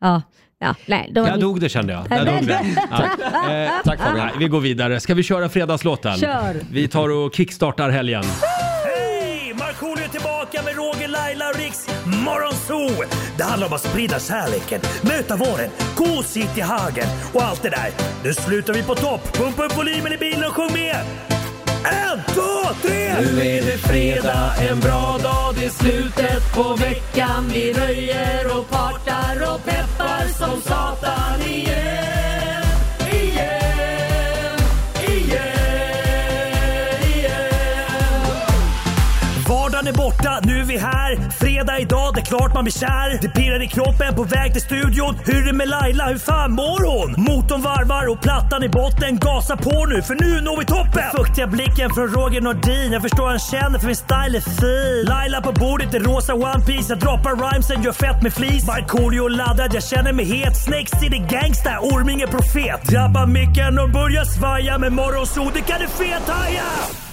Speaker 2: Ja. Ja, nej, det var
Speaker 1: Där
Speaker 2: mitt-
Speaker 1: dog det kände jag. Där dog det. Ja. Eh,
Speaker 5: Tack
Speaker 1: Fabian. Nej, vi går vidare. Ska vi köra fredagslåten?
Speaker 10: Kör.
Speaker 1: Vi tar och kickstartar helgen.
Speaker 10: Hej! Markoolio är tillbaka med Roger, Laila och Riks Morgonzoo! Det handlar om att sprida kärleken, möta våren, gosigt i hagen och allt det där. Nu slutar vi på topp! Pumpa upp volymen i bilen och sjung med! En, två, tre!
Speaker 6: Nu är det fredag, en bra
Speaker 10: dag, det är slutet på
Speaker 6: veckan. Vi röjer och partar och peppar som satan igen. Igen, igen, igen.
Speaker 10: Vardagen är borta, nu är vi här. Fredag idag, det är klart man blir kär. Det pirrar i kroppen på väg till studion. Hur är det med Laila, hur fan mår hon? Motorn varvar och plattan i botten. Gasa på nu, för nu når vi toppen! Den Fuktiga blicken från Roger Nordin. Jag förstår han känner för min style är fin. Laila på bordet i rosa One Piece Jag droppar rhymesen, gör fett med flis. Markoolio laddad, jag känner mig het. Snakes city gangsta, Orming är profet. Drabbar micken och börjar svaja. Med morgonsol, det kan du fethaja!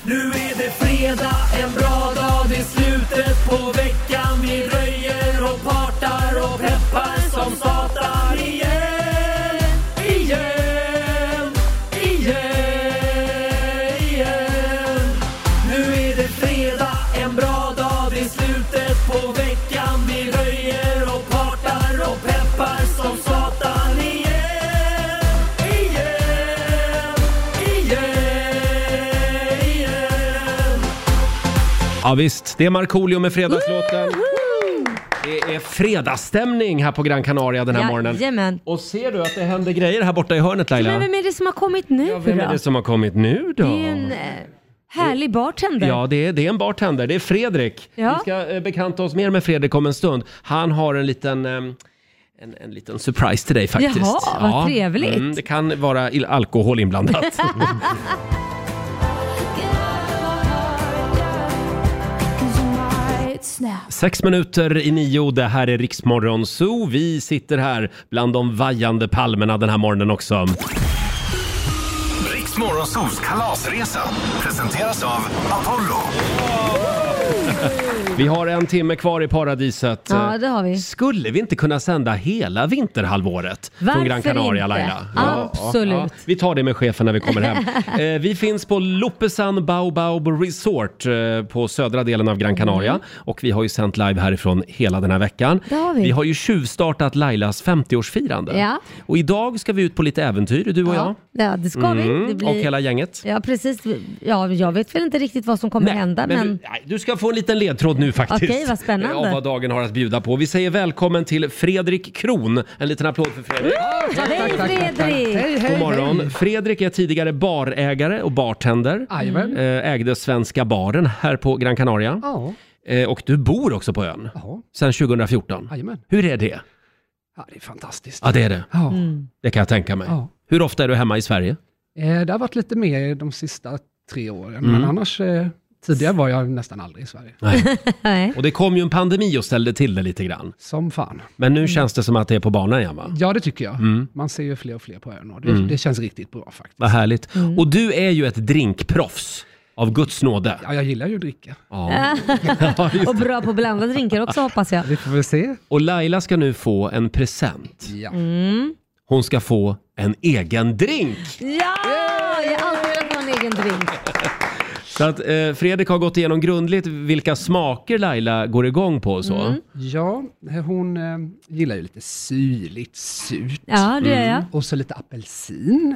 Speaker 6: Nu är det fredag, en bra dag, det är slutet på veckan. Vi röjer och partar och peppar som satan igen. Igen, igen, igen. Nu är det fredag, en bra dag, det är slutet på veckan. Vi röjer och partar och peppar som satan igen. Igen, igen, igen.
Speaker 1: Ja visst, det är Markoolio med fredagslåten. Det är fredagsstämning här på Gran Canaria den här morgonen.
Speaker 2: Jajamän.
Speaker 1: Och ser du att det händer grejer här borta i hörnet Laila?
Speaker 2: Men vem är det som har kommit nu då?
Speaker 1: Vem är det som har kommit nu
Speaker 2: Det
Speaker 1: då?
Speaker 2: är ju en eh, härlig bartender.
Speaker 1: Ja, det är, det är en bartender. Det är Fredrik.
Speaker 2: Ja.
Speaker 1: Vi ska eh, bekanta oss mer med Fredrik om en stund. Han har en liten, eh, en, en liten surprise till dig faktiskt. Mm,
Speaker 2: Jaha, vad trevligt.
Speaker 1: det kan vara il- alkohol inblandat. Sex minuter i nio, det här är Riksmorgon Zoo. Vi sitter här bland de vajande palmerna den här morgonen också.
Speaker 3: Riks Morgonzoos kalasresa presenteras av Apollo.
Speaker 1: Vi har en timme kvar i paradiset.
Speaker 2: Ja, det har vi.
Speaker 1: Skulle vi inte kunna sända hela vinterhalvåret
Speaker 2: Varför
Speaker 1: från Gran Canaria,
Speaker 2: inte?
Speaker 1: Laila?
Speaker 2: Absolut.
Speaker 1: vi tar det med chefen när vi kommer hem. eh, vi finns på Loppesan Baobab Resort eh, på södra delen av Gran Canaria. Och vi har ju sänt live härifrån hela den här veckan.
Speaker 2: Mm. Det har vi.
Speaker 1: vi har ju tjuvstartat Lailas 50-årsfirande.
Speaker 2: Ja.
Speaker 1: Och idag ska vi ut på lite äventyr, du och jag.
Speaker 2: Ja, ja, det ska
Speaker 1: Mm,
Speaker 2: vi. Det blir...
Speaker 1: Och hela gänget.
Speaker 2: Ja, precis. Ja, jag vet väl inte riktigt vad som kommer hända, men...
Speaker 1: Du, nej, du ska få en liten ledtråd nu faktiskt.
Speaker 2: Okej, vad spännande.
Speaker 1: eh, Av vad dagen har att bjuda på. Vi säger välkommen till Fredrik Kron. En liten applåd för Fredrik.
Speaker 2: Hej
Speaker 6: tack, tack,
Speaker 2: Fredrik!
Speaker 6: tack.
Speaker 1: God morgon. Fredrik är tidigare barägare och bartender.
Speaker 18: Jajamän.
Speaker 1: Eh, Ägde Svenska baren här på Gran Canaria.
Speaker 18: Ja.
Speaker 1: Eh, Och du bor också på ön.
Speaker 18: Ja.
Speaker 1: Sedan 2014.
Speaker 18: Jajamän.
Speaker 1: Hur är det?
Speaker 18: Ja, det är fantastiskt.
Speaker 1: Ja, det är det.
Speaker 18: Ja.
Speaker 2: Mm.
Speaker 1: Det kan jag tänka mig.
Speaker 18: Ja.
Speaker 1: Hur ofta är du hemma i Sverige?
Speaker 18: Eh, det har varit lite mer de sista tre åren, men
Speaker 1: Mm.
Speaker 18: annars eh, tidigare var jag nästan aldrig i Sverige.
Speaker 1: Och det kom ju en pandemi och ställde till det lite grann.
Speaker 18: Som fan.
Speaker 1: Men nu känns det som att det är på banan igen va?
Speaker 18: Ja, det tycker jag.
Speaker 1: Mm.
Speaker 18: Man ser ju fler och fler på ön och det,
Speaker 1: Mm.
Speaker 18: det känns riktigt bra faktiskt.
Speaker 1: Vad härligt.
Speaker 18: Mm.
Speaker 1: Och du är ju ett drinkproffs av Guds nåde.
Speaker 18: Ja, jag gillar ju att dricka.
Speaker 1: Ja.
Speaker 2: och bra på blandade drinkar också hoppas jag.
Speaker 18: Vi får väl se.
Speaker 1: Och Laila ska nu få en present.
Speaker 2: Mm.
Speaker 1: Hon ska få en egen drink.
Speaker 2: Ja! Jag har alltid velat ha en egen drink.
Speaker 1: Så att eh, Fredrik har gått igenom grundligt vilka smaker Laila går igång på och så.
Speaker 18: Mm.
Speaker 2: Mm.
Speaker 18: Ja, hon eh, gillar ju lite syrligt, surt.
Speaker 2: Ja, det gör Mm. jag. Mm.
Speaker 18: Och så lite apelsin.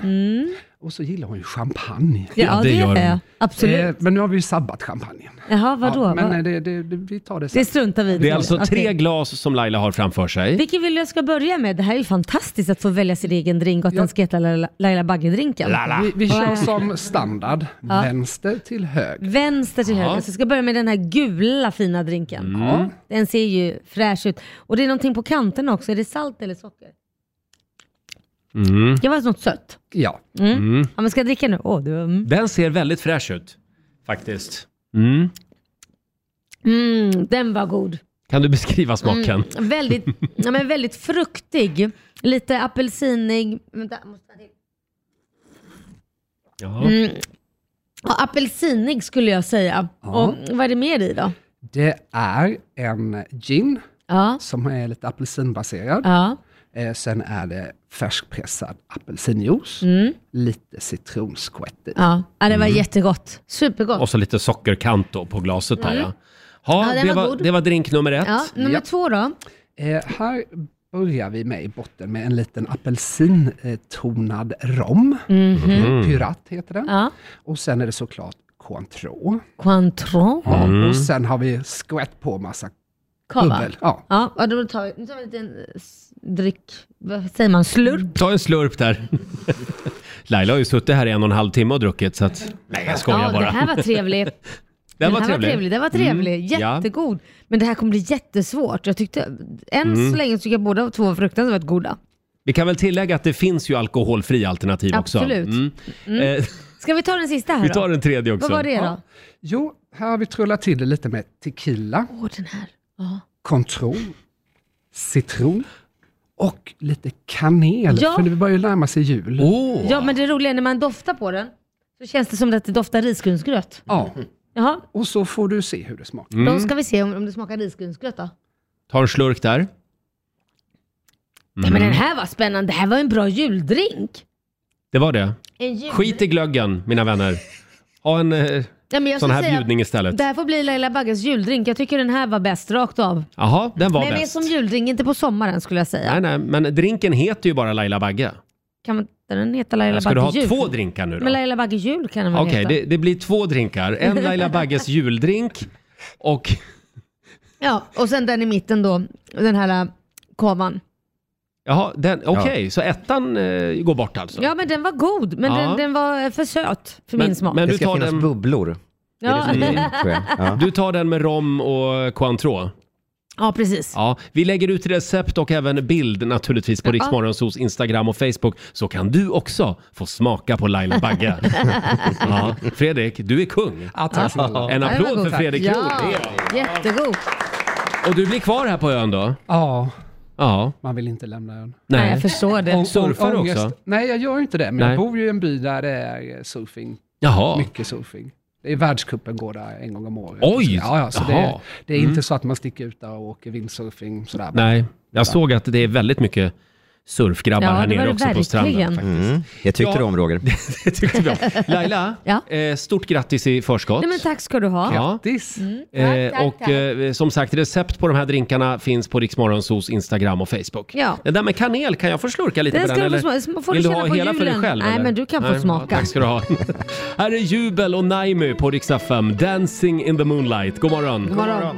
Speaker 18: Och så gillar hon ju champagne. Eh,
Speaker 2: Ja, Ja, det det gör gör jag. hon. Absolut.
Speaker 18: men nu har vi ju sabbat champagnen.
Speaker 2: Jaha, vadå?
Speaker 18: Ja, men
Speaker 2: Vad-
Speaker 18: nej, det, det, det, vi tar det sen.
Speaker 2: Det struntar vi i.
Speaker 1: Det är alltså
Speaker 2: Okej.
Speaker 1: tre glas som Laila har framför sig.
Speaker 2: Vilken vill du jag ska börja med? Det här är ju fantastiskt att få välja sin egen drink. Gotlands Geta Laila- Laila Bagge-drinken.
Speaker 18: Vi, vi kör
Speaker 2: Wow.
Speaker 18: som standard,
Speaker 2: Ja.
Speaker 18: vänster till höger.
Speaker 2: Vänster till
Speaker 18: Ja.
Speaker 2: höger. Så jag ska börja med den här gula fina drinken.
Speaker 18: Mm. Ja.
Speaker 2: Den ser ju fräsch ut. Och det är någonting på kanten också. Är det salt eller socker?
Speaker 1: Mm.
Speaker 2: Det var något sött.
Speaker 18: Ja.
Speaker 2: Mm. Ja, men ska jag dricka nu? Åh, det var... mm.
Speaker 1: Den ser väldigt fräsch ut, faktiskt. Mm.
Speaker 2: Mm, den var god.
Speaker 1: Kan du beskriva smaken?
Speaker 2: Mm, väldigt, ja, men väldigt fruktig. Lite apelsinig. Vänta, jag måste ta till.
Speaker 1: Ja.
Speaker 2: Mm. Ja, apelsinig skulle jag säga.
Speaker 18: Ja.
Speaker 2: Och vad är det mer i då?
Speaker 18: Det är en gin som är lite apelsinbaserad.
Speaker 2: Ja.
Speaker 18: Eh, sen är det färskpressad apelsinjuice, lite citronskvätt i.
Speaker 2: Mm. Ja, ja det var
Speaker 1: Mm.
Speaker 2: jättegott. Supergott.
Speaker 1: Och så lite sockerkant då på glaset där
Speaker 2: Mm.
Speaker 1: ja. Ha,
Speaker 2: Ja, den
Speaker 1: det,
Speaker 2: var
Speaker 1: var,
Speaker 2: god.
Speaker 1: det var drink nummer ett.
Speaker 2: Ja, nummer
Speaker 18: Ja.
Speaker 2: två då.
Speaker 18: Eh, här börjar vi med i botten med en liten apelsintonad rom.
Speaker 2: Mhm.
Speaker 18: Pyrat heter den.
Speaker 2: Ja.
Speaker 18: Och sen är det såklart Cointreau.
Speaker 2: Cointreau.
Speaker 18: Ja,
Speaker 2: Mm.
Speaker 18: Och sen har vi skvätt på massa
Speaker 2: Kava.
Speaker 18: bubbel. Ja.
Speaker 2: Ja, och då tar vi, nu tar vi en liten eh, s- dryck, vad säger man, slurp?
Speaker 1: Ta en slurp där. Laila har ju suttit här i en och en halv timme och druckit så att... Nej, jag skojar
Speaker 2: ja,
Speaker 1: bara.
Speaker 2: det här var trevlig.
Speaker 1: Den var
Speaker 2: här
Speaker 1: trevlig.
Speaker 2: var trevlig. Den var trevlig.
Speaker 1: Mm, ja.
Speaker 2: Jättegod. Men det här kommer bli jättesvårt. Jag tyckte, än
Speaker 1: Mm.
Speaker 2: så länge tycker jag båda två var fruktansvärt goda.
Speaker 1: Vi kan väl tillägga att det finns ju alkoholfria alternativ också.
Speaker 2: Absolut. Mm.
Speaker 1: Eh,
Speaker 2: Ska vi ta den sista här
Speaker 1: vi
Speaker 2: då?
Speaker 1: tar den tredje också.
Speaker 2: Vad var det då?
Speaker 18: Ja. Jo, här har vi trullat till det lite med tequila,
Speaker 2: Åh, den här. Ja.
Speaker 18: kontroll, citron och lite kanel,
Speaker 2: Ja.
Speaker 18: för det börjar ju närma sig jul.
Speaker 2: ja, men det roliga är när man doftar på den så känns det som att det doftar risgrynsgröt.
Speaker 18: Ja.
Speaker 2: Jaha.
Speaker 18: Och så får du se hur det smakar.
Speaker 1: Mm.
Speaker 2: Då ska vi se om, om det smakar risgrynsgröt då.
Speaker 1: Ta en slurk där.
Speaker 2: Men den
Speaker 1: Mm.
Speaker 2: här var spännande. Det här var en bra juldrink.
Speaker 1: Det var det.
Speaker 2: En jul...
Speaker 1: Skit i glöggen, mina vänner. Ha en eh,
Speaker 2: Ja, men jag
Speaker 1: sån
Speaker 2: ska
Speaker 1: här
Speaker 2: säga-
Speaker 1: bjudning istället.
Speaker 2: Det här får bli Laila Bagges juldrink. Jag tycker den här var bäst rakt av.
Speaker 1: Jaha, den var
Speaker 2: Nej, men
Speaker 1: bäst.
Speaker 2: som juldrink, inte på sommaren skulle jag säga.
Speaker 1: Nej, nej, men drinken heter ju bara Laila Bagge.
Speaker 2: Kan man, den heta Laila
Speaker 1: Ska du ha
Speaker 2: Bagge jul?
Speaker 1: två drinkar nu då?
Speaker 2: Men Laila Bagge jul kan den väl
Speaker 1: Okej,
Speaker 2: heta?
Speaker 1: det, det blir två drinkar. En Laila Bagges juldrink och...
Speaker 2: Ja, och sen den i mitten då, den här äh, kovan.
Speaker 1: Jaha, den- okej,
Speaker 2: Ja.
Speaker 1: så ettan eh, går bort alltså?
Speaker 2: Ja men den var god, men
Speaker 1: Ja.
Speaker 2: den, den var äh, för söt för min smak.
Speaker 5: det ska finnas bubblor. Det är det
Speaker 2: Ja.
Speaker 5: som är grejen, tror jag. Ja.
Speaker 1: Du tar den med rom och Cointreau?
Speaker 2: Ja precis.
Speaker 1: Ja, vi lägger ut recept och även bild naturligtvis på
Speaker 2: Ja.
Speaker 1: Riksmorgonsos Instagram och Facebook så kan du också få smaka på Laila Bagge. ja, Fredrik, du är kung.
Speaker 18: Ja, tack snälla.
Speaker 1: En
Speaker 2: Ja, den var
Speaker 1: applåd
Speaker 2: god.
Speaker 1: för Fredrik Kroon.
Speaker 2: Ah, ja. Jättegod.
Speaker 1: Och du blir kvar här på ön då?
Speaker 18: Ja.
Speaker 1: Ja.
Speaker 18: Man vill inte lämna ön.
Speaker 1: Nej. Nej, jag
Speaker 2: förstår det.
Speaker 18: Ång-
Speaker 1: Surfar du
Speaker 18: ångest.
Speaker 1: också?
Speaker 18: Nej, jag gör inte det. Men
Speaker 1: Nej.
Speaker 18: jag bor ju i en by där det är eh, surfing.
Speaker 1: Jaha.
Speaker 18: Mycket surfing. Det är världscupen går där en gång om året.
Speaker 1: Oj!
Speaker 18: Ja, ja, så det,
Speaker 1: Jaha.
Speaker 18: är- det är
Speaker 1: Mm.
Speaker 18: inte så att man sticker ut där och åker windsurfing sådär.
Speaker 1: Nej, jag såg att det är väldigt mycket surfgrabbar
Speaker 18: Ja,
Speaker 1: här
Speaker 18: det var
Speaker 1: nere
Speaker 18: det
Speaker 1: också på stranden.
Speaker 18: verkligen.
Speaker 1: faktiskt.
Speaker 2: Mm.
Speaker 5: Det tyckte
Speaker 1: Ja.
Speaker 5: du om Roger.
Speaker 1: det tyckte vi om. Laila, eh, stort grattis i förskott.
Speaker 2: Nej men tack ska du ha.
Speaker 1: Ja.
Speaker 18: Grattis.
Speaker 2: Mm. Tack,
Speaker 1: Eh,
Speaker 2: tack,
Speaker 1: och
Speaker 2: tack.
Speaker 1: eh, som sagt, recept på de här drinkarna finns på Riksmorgonsos Instagram och Facebook.
Speaker 2: Ja.
Speaker 1: Den där med kanel, kan jag få slurka lite
Speaker 2: Den
Speaker 1: på
Speaker 2: ska
Speaker 1: den?
Speaker 2: du få smaka. Får du
Speaker 1: vill du
Speaker 2: känna
Speaker 1: ha
Speaker 2: på
Speaker 1: hela för dig
Speaker 2: julen?
Speaker 1: själv?
Speaker 2: Nej,
Speaker 1: eller?
Speaker 2: men du kan få smaka.
Speaker 1: Tack ska du ha. här är Jubel och Naimi på riksdag fm Dancing in the moonlight. God morgon.
Speaker 2: God morgon.